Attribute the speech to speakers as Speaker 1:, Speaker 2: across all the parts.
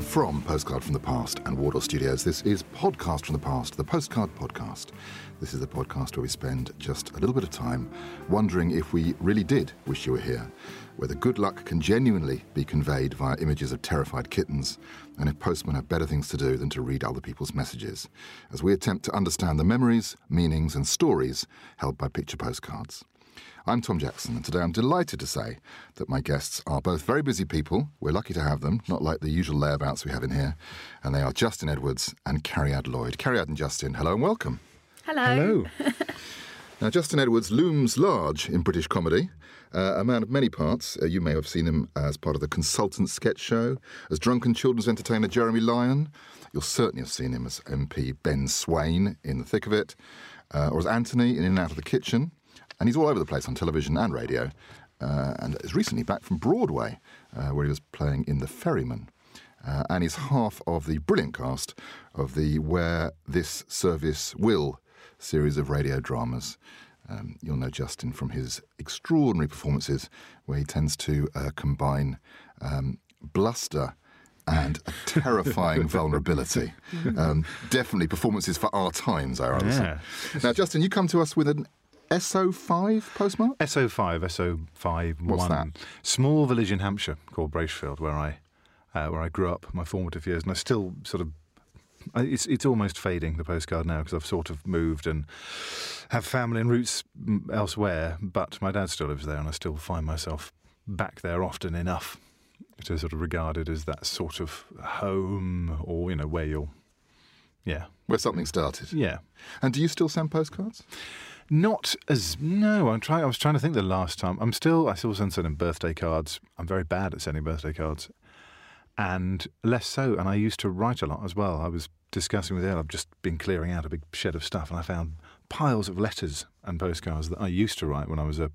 Speaker 1: From Postcard from the Past and Wardour Studios, this is Podcast from the Past, the Postcard Podcast. This is the podcast where we spend just a little bit of time wondering if we really did wish you were here, whether good luck can genuinely be conveyed via images of terrified kittens, and if postmen have better things to do than to read other people's messages, as we attempt to understand the memories, meanings, and stories held by picture postcards. I'm Tom Jackson, and today I'm delighted to say that my guests are both very busy people. We're lucky to have them, not like the usual layabouts we have in here. And they are Justin Edwards and Carriad Lloyd. Carriad and Justin, hello and welcome.
Speaker 2: Hello.
Speaker 1: Now, Justin Edwards looms large in British comedy, uh, a man of many parts. Uh, you may have seen him as part of the Consultant Sketch Show, as drunken children's entertainer Jeremy Lyon. You'll certainly have seen him as MP Ben Swain in The Thick of It, uh, or as Anthony in In and Out of the Kitchen. And he's all over the place on television and radio, uh, and is recently back from Broadway, uh, where he was playing in The Ferryman. Uh, and is half of the brilliant cast of the Where This Service Will series of radio dramas. Um, you'll know Justin from his extraordinary performances, where he tends to uh, combine um, bluster and a terrifying vulnerability.
Speaker 3: Mm-hmm.
Speaker 1: Um, definitely performances for our times, I rather say. Now, Justin, you come to us with an SO5 postmark?
Speaker 3: SO5, SO5,
Speaker 1: What's
Speaker 3: one
Speaker 1: that?
Speaker 3: small village in Hampshire called Bracefield, where I uh, where I grew up my formative years, and I still sort of. I- It's it's almost fading the postcard now because I've sort of moved and have family and roots mm, elsewhere. But my dad still lives there, and I still find myself back there often enough to sort of regard it as that sort of home, or you know where you'll, yeah,
Speaker 1: Where something started.
Speaker 3: yeah.
Speaker 1: And do you still send postcards?
Speaker 3: Not as no. I'm trying. I was trying to think the last time. I'm still. I still send sending birthday cards. I'm very bad at sending birthday cards, and less so. And I used to write a lot as well. I was discussing with Elle. I've just been clearing out a big shed of stuff, and I found piles of letters and postcards that I used to write when I was a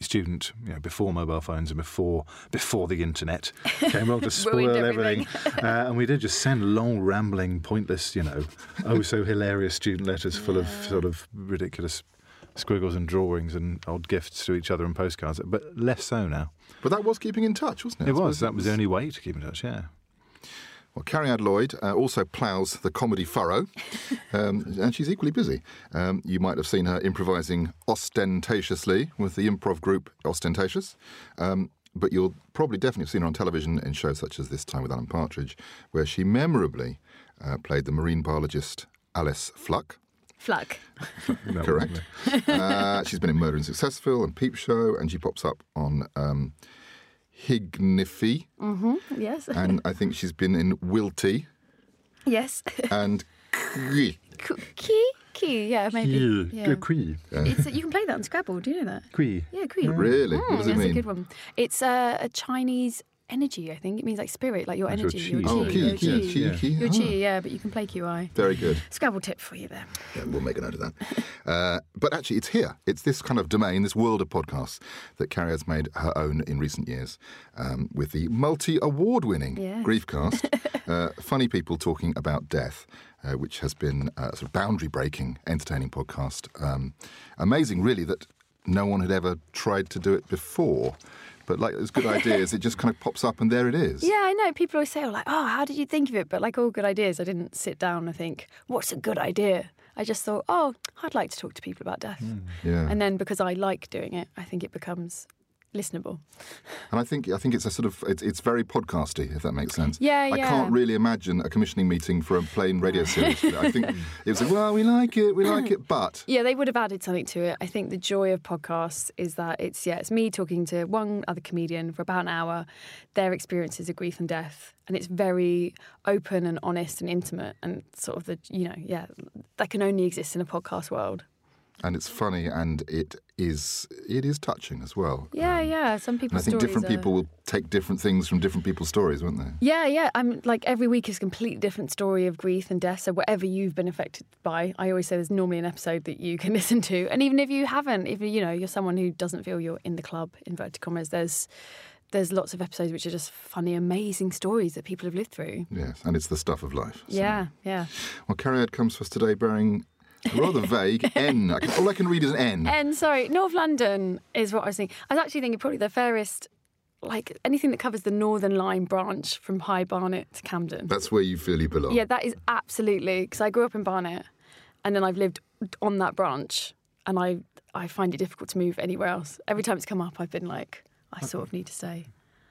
Speaker 3: student, you know, before mobile phones and before before the internet came along to spoil everything.
Speaker 2: everything.
Speaker 3: uh, and we did just send long, rambling, pointless, you know, oh so hilarious student letters full of sort of ridiculous squiggles and drawings and odd gifts to each other and postcards, but less so now.
Speaker 1: But that was keeping in touch, wasn't it?
Speaker 3: It was. That was the only way to keep in touch, yeah.
Speaker 1: Well, Carrie Lloyd uh, also ploughs the comedy furrow, um, and she's equally busy. Um, you might have seen her improvising ostentatiously with the improv group Ostentatious, um, but you'll probably definitely have seen her on television in shows such as This Time with Alan Partridge, where she memorably uh, played the marine biologist Alice Fluck.
Speaker 2: Fluck.
Speaker 3: No,
Speaker 1: Correct. uh, she's been in Murder and Successful and Peep Show, and she pops up on um, Hignify,
Speaker 2: Yes.
Speaker 1: and I think she's been in Wilty
Speaker 2: yes.
Speaker 1: and. Kri.
Speaker 2: Key? Key, yeah, maybe.
Speaker 3: Yeah.
Speaker 2: Yeah.
Speaker 3: Good Quee.
Speaker 2: It's, you can play that on Scrabble, do you know that?
Speaker 3: Quee.
Speaker 2: Yeah, queen.
Speaker 1: Really?
Speaker 2: Mm,
Speaker 1: What does it
Speaker 2: that's
Speaker 1: mean?
Speaker 2: a good one. It's uh, a Chinese energy, I think. It means like spirit, like your
Speaker 3: That's your
Speaker 2: energy. Your
Speaker 3: chi.
Speaker 1: Oh,
Speaker 3: Yeah,
Speaker 1: key,
Speaker 2: your
Speaker 1: key,
Speaker 3: yeah,
Speaker 1: key,
Speaker 2: chi.
Speaker 3: yeah.
Speaker 1: key.
Speaker 2: Your
Speaker 1: Ah,
Speaker 2: chi, yeah, but you can play QI.
Speaker 1: Very good.
Speaker 2: Scrabble tip for you there.
Speaker 1: Yeah, we'll make a note of that. Uh, but actually, it's here. It's this kind of domain, this world of podcasts that Carrie has made her own in recent years um, with the multi award winning
Speaker 2: Yes.
Speaker 1: Griefcast uh, Funny People Talking About Death, uh, which has been a sort of boundary breaking, entertaining podcast. Um, amazing, really, that no one had ever tried to do it before. But like those good ideas, it just kind of pops up and there it is.
Speaker 2: Yeah, I know. People always say, oh, like, oh, how did you think of it? But like all good ideas, I didn't sit down and think, what's a good idea? I just thought, oh, I'd like to talk to people about death.
Speaker 1: Yeah.
Speaker 2: And then because I like doing it, I think it becomes listenable.
Speaker 1: And I think I think it's a sort of it's, it's very podcasty, if that makes sense.
Speaker 2: Yeah,
Speaker 1: I
Speaker 2: yeah.
Speaker 1: can't really imagine a commissioning meeting for a plain radio series. I think it was like, well, we like it, we like it, but
Speaker 2: Yeah, they would have added something to it. I think the joy of podcasts is that it's yeah, it's me talking to one other comedian for about an hour, their experiences of grief and death, and it's very open and honest and intimate and sort of the you know yeah that can only exist in a podcast world.
Speaker 1: and it's funny and it is it is touching as well.
Speaker 2: Yeah, yeah. Some
Speaker 1: And I
Speaker 2: people's
Speaker 1: think
Speaker 2: stories
Speaker 1: different
Speaker 2: are-
Speaker 1: people will take different things from different people's stories, won't they?
Speaker 2: Yeah, yeah. I'm like every week is a completely different story of grief and death. So whatever you've been affected by, I always say there's normally an episode that you can listen to. And even if you haven't, if you know you're someone who doesn't feel you're in the club, inverted commas, there's there's lots of episodes which are just funny, amazing stories that people have lived through.
Speaker 1: Yes, and it's the stuff of life. so.
Speaker 2: Yeah, yeah.
Speaker 1: Well, Carriad comes to us today bearing a rather vague N. I can, all I can read is an N.
Speaker 2: And sorry, North London is what I was thinking. I was actually thinking probably the fairest, like anything that covers the Northern Line branch from High Barnet to Camden.
Speaker 1: That's where you feel you belong.
Speaker 2: Yeah, that is absolutely because I grew up in Barnet, and then I've lived on that branch, and I I find it difficult to move anywhere else. Every time it's come up, I've been like, I sort of need to stay.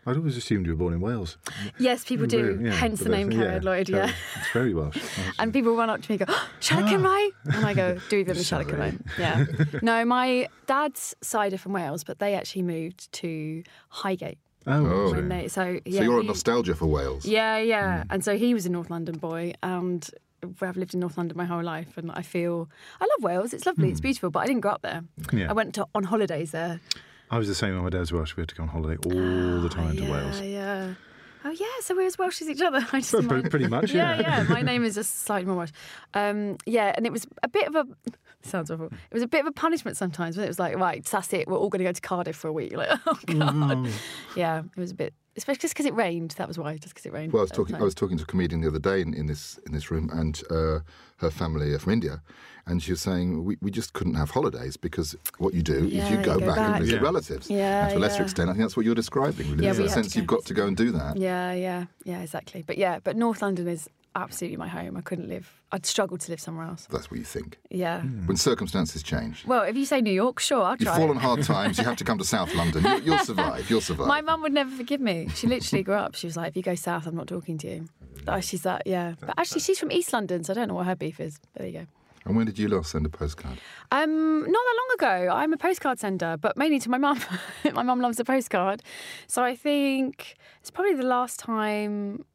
Speaker 3: I'd always assumed you were born in Wales.
Speaker 2: Yes, people do.
Speaker 3: Yeah,
Speaker 2: hence the
Speaker 3: but
Speaker 2: name
Speaker 3: that's-
Speaker 2: Carriad Lloyd.
Speaker 3: so
Speaker 2: Yeah.
Speaker 3: It's very Welsh.
Speaker 2: And people run up to me and go, oh, Shalakamai? And I go, do we live in
Speaker 3: Sorry.
Speaker 2: Shalakamai? Yeah. No, my dad's side are from Wales, but they actually moved to Highgate.
Speaker 3: Oh,
Speaker 1: Oh.
Speaker 3: sorry.
Speaker 2: When they, so, yeah,
Speaker 1: So you're a
Speaker 2: he-
Speaker 1: nostalgia for Wales.
Speaker 2: Yeah, yeah. And so he was a North London boy, and I've lived in North London my whole life, and I feel I love Wales. It's lovely, it's beautiful, but I didn't grow up there.
Speaker 3: Yeah.
Speaker 2: I went to on holidays there.
Speaker 3: I was the same when my dad was Welsh. We had to go on holiday all the time
Speaker 2: Ah, yeah,
Speaker 3: to Wales.
Speaker 2: Yeah. Oh yeah, so we're as Welsh as each other. I just
Speaker 3: But- but
Speaker 2: my-
Speaker 3: pretty much,
Speaker 2: yeah,
Speaker 3: yeah.
Speaker 2: My name is just slightly more Welsh. Um, yeah, and it was a bit of a sounds awful. It was a bit of a punishment sometimes. But it was like, right, that's it. We're all going to go to Cardiff for a week. You're like, oh god. Yeah, it was a bit, especially just because it rained. That was why, just because it rained.
Speaker 1: Well, I was
Speaker 2: at the
Speaker 1: talking. I
Speaker 2: time.
Speaker 1: was talking to a comedian the other day in, in this in this room, and uh, her family are from India, and she was saying we, we just couldn't have holidays because what you do is
Speaker 2: Yeah,
Speaker 1: you go,
Speaker 2: you go
Speaker 1: back,
Speaker 2: back.
Speaker 1: and visit
Speaker 3: Yeah.
Speaker 1: relatives.
Speaker 2: Yeah,
Speaker 1: and to a lesser
Speaker 2: yeah.
Speaker 1: extent, I think that's what you're describing. Really,
Speaker 2: Yeah,
Speaker 1: There's
Speaker 2: we
Speaker 1: a
Speaker 2: had to
Speaker 1: sense
Speaker 2: go
Speaker 1: you've got to go and do that.
Speaker 2: Yeah, yeah, yeah, exactly. But yeah, but North London is absolutely my home. I couldn't live. I'd struggle to live somewhere else.
Speaker 1: That's what you think
Speaker 2: Yeah.
Speaker 1: when circumstances change.
Speaker 2: Well, if you say New York, sure, I'll
Speaker 1: You
Speaker 2: try.
Speaker 1: fall on
Speaker 2: it.
Speaker 1: hard times. You have to come to South London. You, you'll survive. You'll survive.
Speaker 2: My mum would never forgive me. She literally grew up. She was like, "If you go south, I'm not talking to you." Oh, she's that, yeah. But actually, she's from East London, so I don't know what her beef is. But there you go.
Speaker 1: and when did you last send a postcard?
Speaker 2: Um, not that long ago, I'm a postcard sender, but mainly to my mum. my mum loves a postcard, so I think it's probably the last time.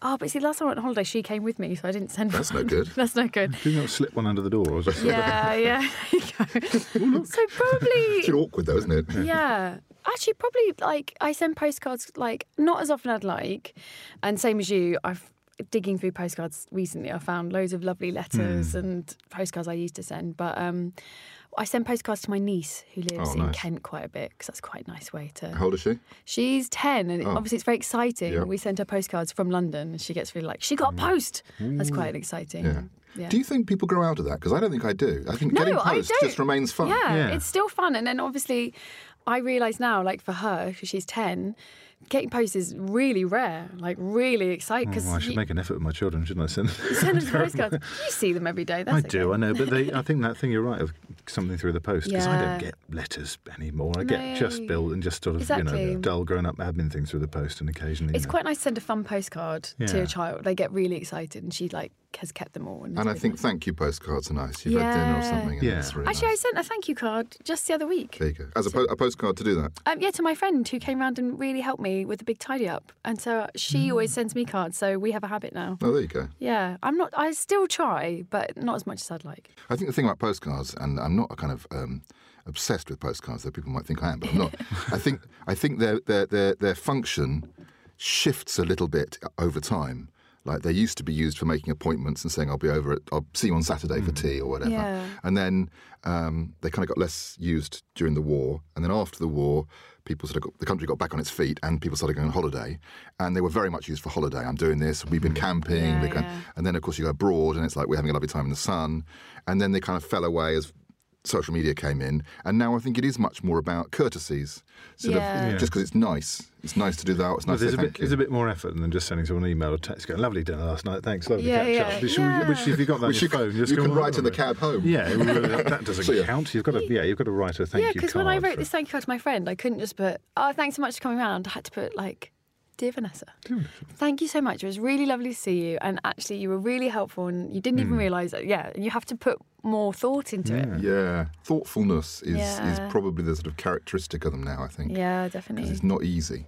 Speaker 2: Oh, but see, the last time I went on holiday, she came with me, so I didn't send.
Speaker 1: That's no
Speaker 2: one.
Speaker 1: good.
Speaker 2: That's no good.
Speaker 3: Did you not slip one under the door? Or just
Speaker 2: Yeah, yeah. there you go. so
Speaker 1: It's a
Speaker 2: probably,
Speaker 1: bit awkward though, isn't it?
Speaker 2: yeah. Actually, probably like I send postcards like not as often I'd like, and same as you, I've digging through postcards recently. I found loads of lovely letters
Speaker 1: Hmm.
Speaker 2: and postcards I used to send, but um, I send postcards to my niece who lives
Speaker 1: Oh,
Speaker 2: in
Speaker 1: nice.
Speaker 2: Kent quite a bit because that's quite a nice way to.
Speaker 1: How old is she?
Speaker 2: She's ten, and it-
Speaker 1: Oh.
Speaker 2: obviously it's very exciting.
Speaker 1: Yeah.
Speaker 2: We send her postcards from London, and she gets really like she got a post. That's quite exciting.
Speaker 1: Hmm. Yeah. Do you think people grow out of that? Because I don't think I do. I think getting
Speaker 2: I
Speaker 1: posts just
Speaker 2: don't.
Speaker 1: remains fun.
Speaker 2: Yeah,
Speaker 3: Yeah.
Speaker 2: it's still fun. And then obviously, I realise now, like for her, because she's 10, getting posts is really rare, like really exciting. Because
Speaker 3: Oh, Well, I should make an effort with my children, shouldn't I? Send them.
Speaker 2: send them postcards. You see them every day. That's
Speaker 3: I do,
Speaker 2: okay.
Speaker 3: I know, but they, I think that thing you're right of something through the post because I
Speaker 2: Yeah.
Speaker 3: don't get letters anymore. I get just
Speaker 2: No.
Speaker 3: built and just sort of you
Speaker 2: Exactly.
Speaker 3: know dull grown-up admin things through the post and occasionally. you
Speaker 2: It's
Speaker 3: know.
Speaker 2: quite nice to send a fun postcard to
Speaker 3: Yeah.
Speaker 2: a child. They get really excited, and she like has kept them all. it's
Speaker 1: And I
Speaker 2: really
Speaker 1: think
Speaker 2: nice.
Speaker 1: thank you postcards are nice. You've had dinner or
Speaker 2: Yeah.
Speaker 1: something. And
Speaker 3: Yeah.
Speaker 1: It's really
Speaker 2: actually,
Speaker 1: nice.
Speaker 2: I sent a thank you card just the other week.
Speaker 1: There you go. As a, po- a postcard to do that.
Speaker 2: Um, yeah, to my friend who came round and really helped me with the big tidy up, and so
Speaker 3: Mm.
Speaker 2: she always sends me cards. So we have a habit now.
Speaker 1: Oh, there you go.
Speaker 2: Yeah, I'm not. I still try, but not as much as I'd like.
Speaker 1: I think the thing about postcards, and I'm not a kind of um, obsessed with postcards, though people might think I am, but I'm not. I think I think their their their their function shifts a little bit uh, over time. Like they used to be used for making appointments and saying I'll be over at I'll see you on Saturday for tea or whatever.
Speaker 2: Mm. Yeah.
Speaker 1: And then um, they kind of got less used during the war, and then after the war. People sort of got, the country got back on its feet, and people started going on holiday, and they were very much used for holiday. I'm doing this. We've been camping.
Speaker 2: Mm. Yeah,
Speaker 1: we're going,
Speaker 2: yeah.
Speaker 1: and then, of course, you go abroad and it's like we're having a lovely time in the sun. And then they kind of fell away as social media came in, and now I think it is much more about courtesies. Sort
Speaker 2: Yeah.
Speaker 1: of
Speaker 2: Yeah.
Speaker 1: just because it's nice, it's nice to do that. It's
Speaker 3: Well,
Speaker 1: nice to say
Speaker 3: there's, a bit,
Speaker 1: thank
Speaker 3: there's
Speaker 1: you.
Speaker 3: a bit more effort than just sending someone an email or text going, lovely dinner last night, thanks, lovely
Speaker 2: Yeah,
Speaker 3: catch up.
Speaker 2: yeah,
Speaker 3: Which,
Speaker 2: yeah.
Speaker 3: which if you've got that
Speaker 1: Which
Speaker 3: on your
Speaker 1: you
Speaker 3: phone,
Speaker 1: can,
Speaker 3: just
Speaker 1: you
Speaker 3: go
Speaker 1: can
Speaker 3: on
Speaker 1: write in the
Speaker 3: holiday.
Speaker 1: cab home.
Speaker 3: Yeah, well, that doesn't
Speaker 1: So, yeah.
Speaker 3: count. You've got to, yeah, you've got to write a thank
Speaker 2: yeah,
Speaker 3: you
Speaker 2: because when I
Speaker 3: card
Speaker 2: wrote
Speaker 3: for-
Speaker 2: this thank you card to my friend, I couldn't just put, oh, thanks so much for coming round. I had to put, like, Dear Vanessa, thank you so much. It was really lovely to see you. And actually, you were really helpful and you didn't
Speaker 3: Hmm.
Speaker 2: even realise that. Yeah, you have to put more thought into it.
Speaker 1: Yeah, thoughtfulness is,
Speaker 2: Yeah.
Speaker 1: is probably the sort of characteristic of them now. I think
Speaker 2: Yeah,
Speaker 1: 'Cause
Speaker 2: definitely.
Speaker 1: it's not easy,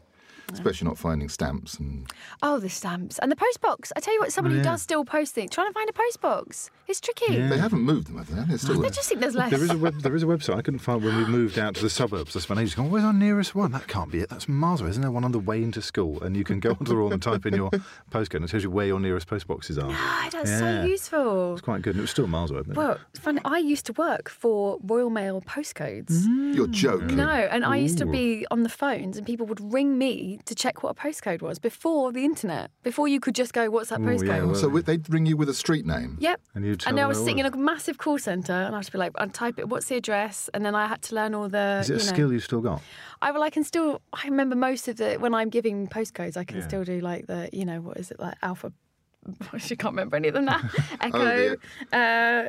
Speaker 1: especially not finding stamps and
Speaker 2: Oh, the stamps and the postbox. I tell you what, someone who
Speaker 3: Oh, Yeah.
Speaker 2: does still post things, trying to find a postbox, it's tricky.
Speaker 3: Yeah.
Speaker 1: they haven't moved them. Have they? They're still
Speaker 2: I
Speaker 1: there.
Speaker 2: just think there's less.
Speaker 3: There is a web, there is a website I couldn't find when we moved out to the suburbs. I spent ages going, "Where's our nearest one? That can't be it. That's miles away. Isn't there one on the way into school?" And you can go onto the wall and type in your postcode, and it tells you where your nearest post boxes are.
Speaker 2: God, Ah, that's
Speaker 3: Yeah.
Speaker 2: so useful.
Speaker 3: It's quite good, and it was still miles away. Wasn't it?
Speaker 2: Well, funny, I used to work for Royal Mail postcodes.
Speaker 1: You're joking.
Speaker 2: No, and I used to be on the phones, and people would ring me to check what a postcode was before the internet, before you could just go, "What's that
Speaker 3: Ooh,
Speaker 2: postcode?"
Speaker 3: yeah, well-
Speaker 1: So they'd ring you with a street name.
Speaker 2: Yep.
Speaker 3: And you'd tell
Speaker 2: and then
Speaker 3: them
Speaker 2: I was
Speaker 3: what it
Speaker 2: sitting in a massive call centre, and I would be like, "I'd type it. What's the address?" And then I had to learn all the.
Speaker 3: is it a
Speaker 2: you know,
Speaker 3: skill you've still got?
Speaker 2: I well, I can still. I remember most of the when I'm giving postcodes, I can still do like the, you know, what is it like alpha? I can't remember any of them now.
Speaker 3: Oh,
Speaker 2: Echo, uh,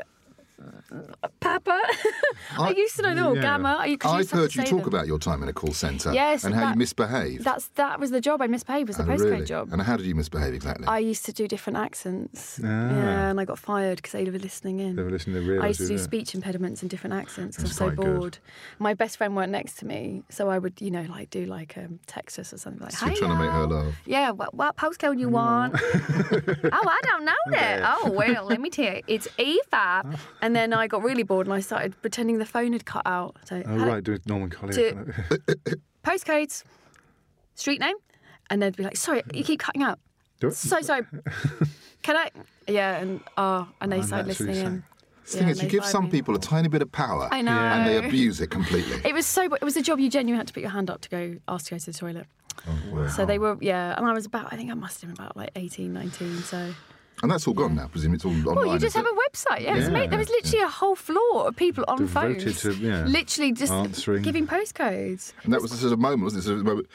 Speaker 2: Papa. I,
Speaker 1: I-
Speaker 2: used to know them all.
Speaker 3: yeah.
Speaker 2: Gamma. I, 'cause you
Speaker 1: I've
Speaker 2: used to have
Speaker 1: heard
Speaker 2: to
Speaker 1: you
Speaker 2: say
Speaker 1: talk
Speaker 2: them.
Speaker 1: about your time in a call centre
Speaker 2: Yes,
Speaker 1: and how you
Speaker 2: that-
Speaker 1: misbehaved.
Speaker 2: That's that was the job I misbehaved was the
Speaker 1: Oh,
Speaker 2: postcode
Speaker 1: really?
Speaker 2: job.
Speaker 1: And how did you misbehave exactly?
Speaker 2: I used to do different accents.
Speaker 3: Ah.
Speaker 2: Yeah, and I got fired because they were listening in.
Speaker 3: They were listening, they
Speaker 2: I
Speaker 3: realised
Speaker 2: used to
Speaker 3: you
Speaker 2: do
Speaker 3: were-
Speaker 2: speech impediments and different accents because I was
Speaker 3: That's
Speaker 2: so
Speaker 3: quite good.
Speaker 2: bored. My best friend weren't next to me, so I would, you know, like do like um, Texas or something like.
Speaker 1: So
Speaker 2: Hey,
Speaker 1: you're trying to make her
Speaker 2: y'all.
Speaker 1: laugh.
Speaker 2: Yeah, what, what postcode you want? oh, I don't know that. Oh well, let me tell you, it's E five. And then I got really bored and I started pretending the phone had cut out. So
Speaker 3: Oh
Speaker 2: hello,
Speaker 3: right, doing Norman Collier.
Speaker 2: to- postcodes, street name, and they'd be like, "Sorry, you keep cutting out."
Speaker 3: Do it.
Speaker 2: So sorry. Can I? Yeah, and oh, and they started
Speaker 3: naturally
Speaker 2: listening in.
Speaker 1: the thing
Speaker 2: yeah,
Speaker 1: is, you
Speaker 2: they
Speaker 1: give
Speaker 2: fired
Speaker 1: some
Speaker 2: me.
Speaker 1: people a tiny bit of power
Speaker 2: I know.
Speaker 1: and they abuse it completely.
Speaker 2: It was so. It was a job you genuinely had to put your hand up to go ask to go to the toilet.
Speaker 3: Oh,
Speaker 2: So they were, yeah, and I was about, I think I must have been about like 18, 19, so.
Speaker 1: and that's all gone now, I presume it's all online.
Speaker 2: Well, you
Speaker 1: is
Speaker 2: just have
Speaker 1: it?
Speaker 2: a website, yeah. it's
Speaker 3: Oh, Yeah.
Speaker 2: made- there was literally a whole floor of people on
Speaker 3: Devoted
Speaker 2: phones.
Speaker 3: to- yeah.
Speaker 2: Literally just
Speaker 3: Answering.
Speaker 2: giving postcodes.
Speaker 1: And that was the sort of moment, wasn't it? Sort of moment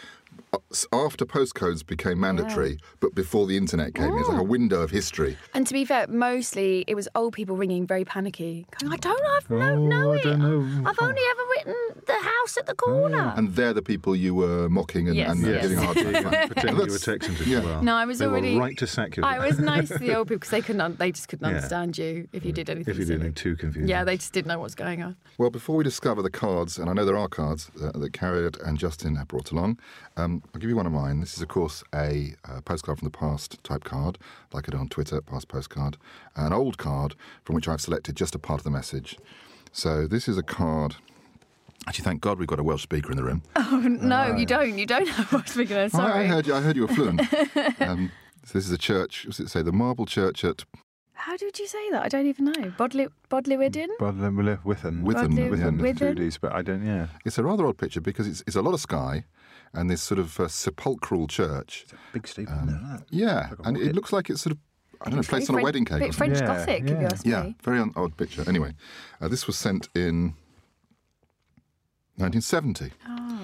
Speaker 1: uh, s- after postcodes became mandatory, but before the internet came in, it's like a
Speaker 2: Oh.
Speaker 1: window of history.
Speaker 2: And to be fair, mostly it was old people ringing very panicky, going, I don't I've no-
Speaker 3: Oh,
Speaker 2: know
Speaker 3: I
Speaker 2: it.
Speaker 3: don't know." Oh.
Speaker 2: I've only ever written the house at the corner.
Speaker 1: And they're the people you were mocking and,
Speaker 2: Yes,
Speaker 1: and
Speaker 2: yes.
Speaker 1: giving a hard time.
Speaker 3: Yeah, pretend you were
Speaker 1: That's-
Speaker 3: texting to
Speaker 1: yeah.
Speaker 3: as well.
Speaker 2: No, I was
Speaker 3: they
Speaker 2: already
Speaker 3: were right to sack you.
Speaker 2: I was nice to the old people because they couldn't, un- they just couldn't
Speaker 3: Yeah.
Speaker 2: understand you if you did anything.
Speaker 3: if you did
Speaker 2: silly.
Speaker 3: anything too confusing.
Speaker 2: yeah, they just didn't know what's going on.
Speaker 1: Well, before we discover the cards, and I know there are cards uh, that Carriot and Justin have brought along, um, I'll give you one of mine. This is, of course, a uh, postcard from the past type card, like it on Twitter, past postcard, an old card from which I've selected just a part of the message. So this is a card. Actually, thank God we've got a Welsh speaker in the room.
Speaker 2: No, you don't. You don't have Welsh speaker.
Speaker 1: I- I,
Speaker 2: Sorry.
Speaker 1: heard you. I heard you were fluent. um, so this is a church. What's it say? The Marble Church at
Speaker 2: How did you say that? I don't even know. Bodley, Bodlywyddan?
Speaker 3: Brother
Speaker 1: Withan.
Speaker 3: Withan.
Speaker 2: Bodley-
Speaker 1: Withan.
Speaker 2: Withan.
Speaker 3: Two Ds, but I don't. Yeah.
Speaker 1: It's a rather odd picture because it's, it's a lot of sky and this sort of uh, sepulchral church.
Speaker 3: Big steeple. Um,
Speaker 1: Yeah,
Speaker 3: Like a
Speaker 1: and
Speaker 3: rocket.
Speaker 1: it looks like it's sort of I don't know, placed on a
Speaker 2: Very Fren-
Speaker 1: wedding cake. or
Speaker 2: Bit
Speaker 1: something.
Speaker 2: French
Speaker 3: Yeah,
Speaker 2: Gothic, if
Speaker 3: yeah.
Speaker 2: you ask
Speaker 1: Yeah,
Speaker 2: me.
Speaker 1: very un- odd picture. Anyway, uh, this was sent in 1970,
Speaker 2: Oh.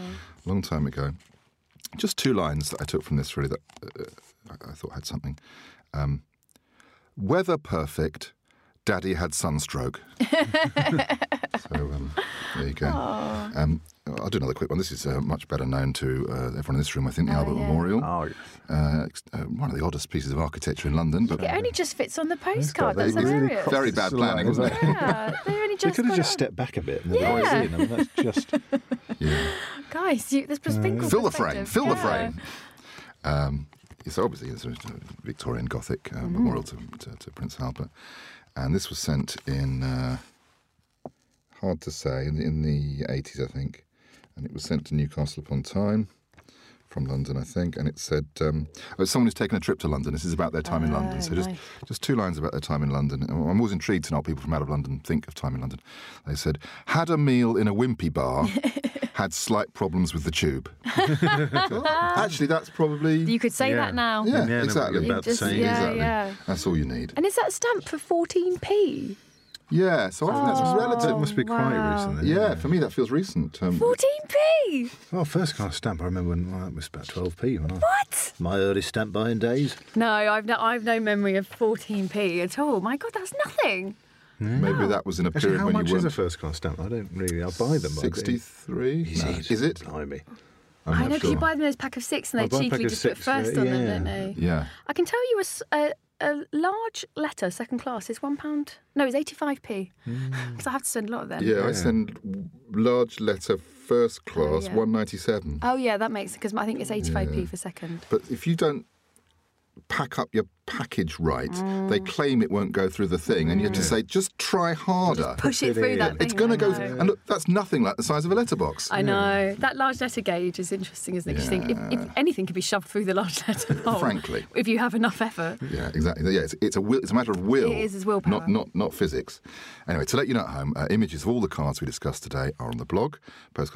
Speaker 1: long time ago. Just two lines that I took from this really that uh, I- I thought had something. Um, Weather perfect, Daddy had sunstroke. so um, there you go. Um, I'll do another quick one. This is uh, much better known to uh, everyone in this room, I think, the
Speaker 2: Oh,
Speaker 1: Albert
Speaker 2: yeah.
Speaker 1: Memorial.
Speaker 3: Oh, yes.
Speaker 1: Uh, ex- uh, one of the oddest pieces of architecture in London, but
Speaker 2: It only just fits on the postcard.
Speaker 1: They-
Speaker 2: That's
Speaker 1: it's
Speaker 2: hilarious.
Speaker 1: Very bad planning, wasn't it?
Speaker 2: Yeah, they only
Speaker 3: They
Speaker 2: just.
Speaker 3: could have
Speaker 2: got
Speaker 3: just
Speaker 2: it
Speaker 3: stepped back a bit. And they'd
Speaker 2: Yeah.
Speaker 3: always in. I mean, that's just.
Speaker 1: yeah.
Speaker 2: on. Guys, you, there's
Speaker 3: Mm.
Speaker 2: just think
Speaker 1: Fill the frame. Fill the frame. Um, it's obviously it's a a Victorian Gothic uh, memorial to, to, to Prince Albert, and this was sent in uh, hard to say in, in the eighties, I think, and it was sent to Newcastle upon Tyne from London, I think, and it said um, oh, it's someone who's taken a trip to London. This is about their time in
Speaker 2: Ah,
Speaker 1: London, so just just two lines about their time in London. And I'm always intrigued to know what people from out of London think of time in London. They said had a meal in a wimpy bar. Had slight problems with the tube. Actually, that's probably
Speaker 2: You could say
Speaker 3: Yeah.
Speaker 2: that now.
Speaker 1: yeah,
Speaker 3: Yeah, no,
Speaker 1: exactly.
Speaker 3: about the
Speaker 2: Just-
Speaker 3: same.
Speaker 2: yeah,
Speaker 1: exactly.
Speaker 2: yeah.
Speaker 1: That's all you need.
Speaker 2: And is that stamped for 14p?
Speaker 1: Yeah, so I think that's relative.
Speaker 3: It must be quite
Speaker 2: Oh, wow.
Speaker 3: recent. then,
Speaker 1: Yeah, for me that feels recent. Um,
Speaker 2: 14p!
Speaker 3: Well, first class stamp. I remember when well, that was about 12p when I
Speaker 2: What?
Speaker 4: My early stamp buying days.
Speaker 2: No, I've no, I've no memory of 14p at all. My God, that's nothing.
Speaker 1: Maybe that was in a
Speaker 3: Actually,
Speaker 1: period
Speaker 3: how
Speaker 1: when
Speaker 3: much
Speaker 1: you
Speaker 3: is a
Speaker 1: weren't.
Speaker 3: first class stamp? I don't really. I buy them. but I don't-
Speaker 1: Sixty-three.
Speaker 4: Is
Speaker 1: No.
Speaker 4: it?
Speaker 1: Is it?
Speaker 4: Blimey.
Speaker 1: I'm
Speaker 2: I
Speaker 1: not
Speaker 2: know because
Speaker 1: sure.
Speaker 2: you buy them as pack of six and
Speaker 3: I
Speaker 2: they
Speaker 3: buy a pack
Speaker 2: cheaply
Speaker 3: of
Speaker 2: just put
Speaker 3: six,
Speaker 2: first
Speaker 3: yeah,
Speaker 2: on them,
Speaker 3: yeah.
Speaker 2: don't they?
Speaker 1: Yeah.
Speaker 2: I can tell you a, s- a- a large letter, second class, is one pound. No, it's 85p.
Speaker 3: Mm.
Speaker 2: Because I have to send a lot of them.
Speaker 1: yeah, I send w- large letter first class
Speaker 2: yeah.
Speaker 1: 197.
Speaker 2: Oh, yeah, that makes because I think it's 85p for second.
Speaker 1: But if you don't pack up your package right, they
Speaker 2: Mm.
Speaker 1: claim it won't go through the thing, and you have to say, just try harder.
Speaker 2: Push
Speaker 3: it
Speaker 2: it through
Speaker 3: in.
Speaker 2: that thing.
Speaker 1: It's going to
Speaker 2: I
Speaker 1: go,
Speaker 2: know.
Speaker 1: and look, that's nothing like the size of a letterbox.
Speaker 2: I know. That large letter gauge is interesting, isn't it? 'Cause You think if, if anything could be shoved through the large letter hole,
Speaker 1: Frankly.
Speaker 2: if you have enough effort.
Speaker 1: Yeah, exactly. Yeah, it's, it's a will, it's a matter of will.
Speaker 2: It is, it's willpower.
Speaker 1: Not not not physics. Anyway, to let you know at home, uh, images of all the cards we discussed today are on the blog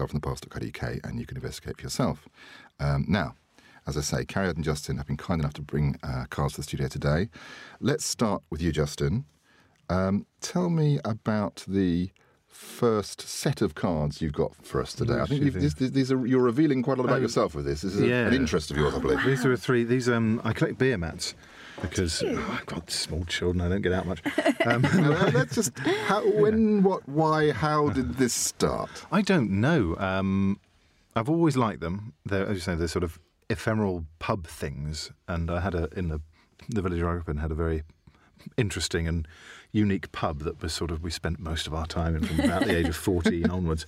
Speaker 1: postcardfromthepast.co.uk, and you can investigate for yourself. Um, now, as I say, Carrie Ed and Justin have been kind enough to bring uh, cards to the studio today. Let's start with you, Justin. Um, tell me about the first set of cards you've got for us today. I think you've, this, these are you're revealing quite a lot about yourself with this. This is a-
Speaker 3: yeah.
Speaker 1: an interest of yours, I believe.
Speaker 3: These are three. These um, I collect beer mats because oh, I've got small children. I don't get out much. Um,
Speaker 1: No, well, Uh, let's just how, when, what, why, how did this start?
Speaker 3: I don't know. Um, I've always liked them. They're, as you say, they're sort of ephemeral pub things. And I had a in the the village I grew up in had a very interesting and unique pub that was sort of we spent most of our time in from about the age of fourteen onwards.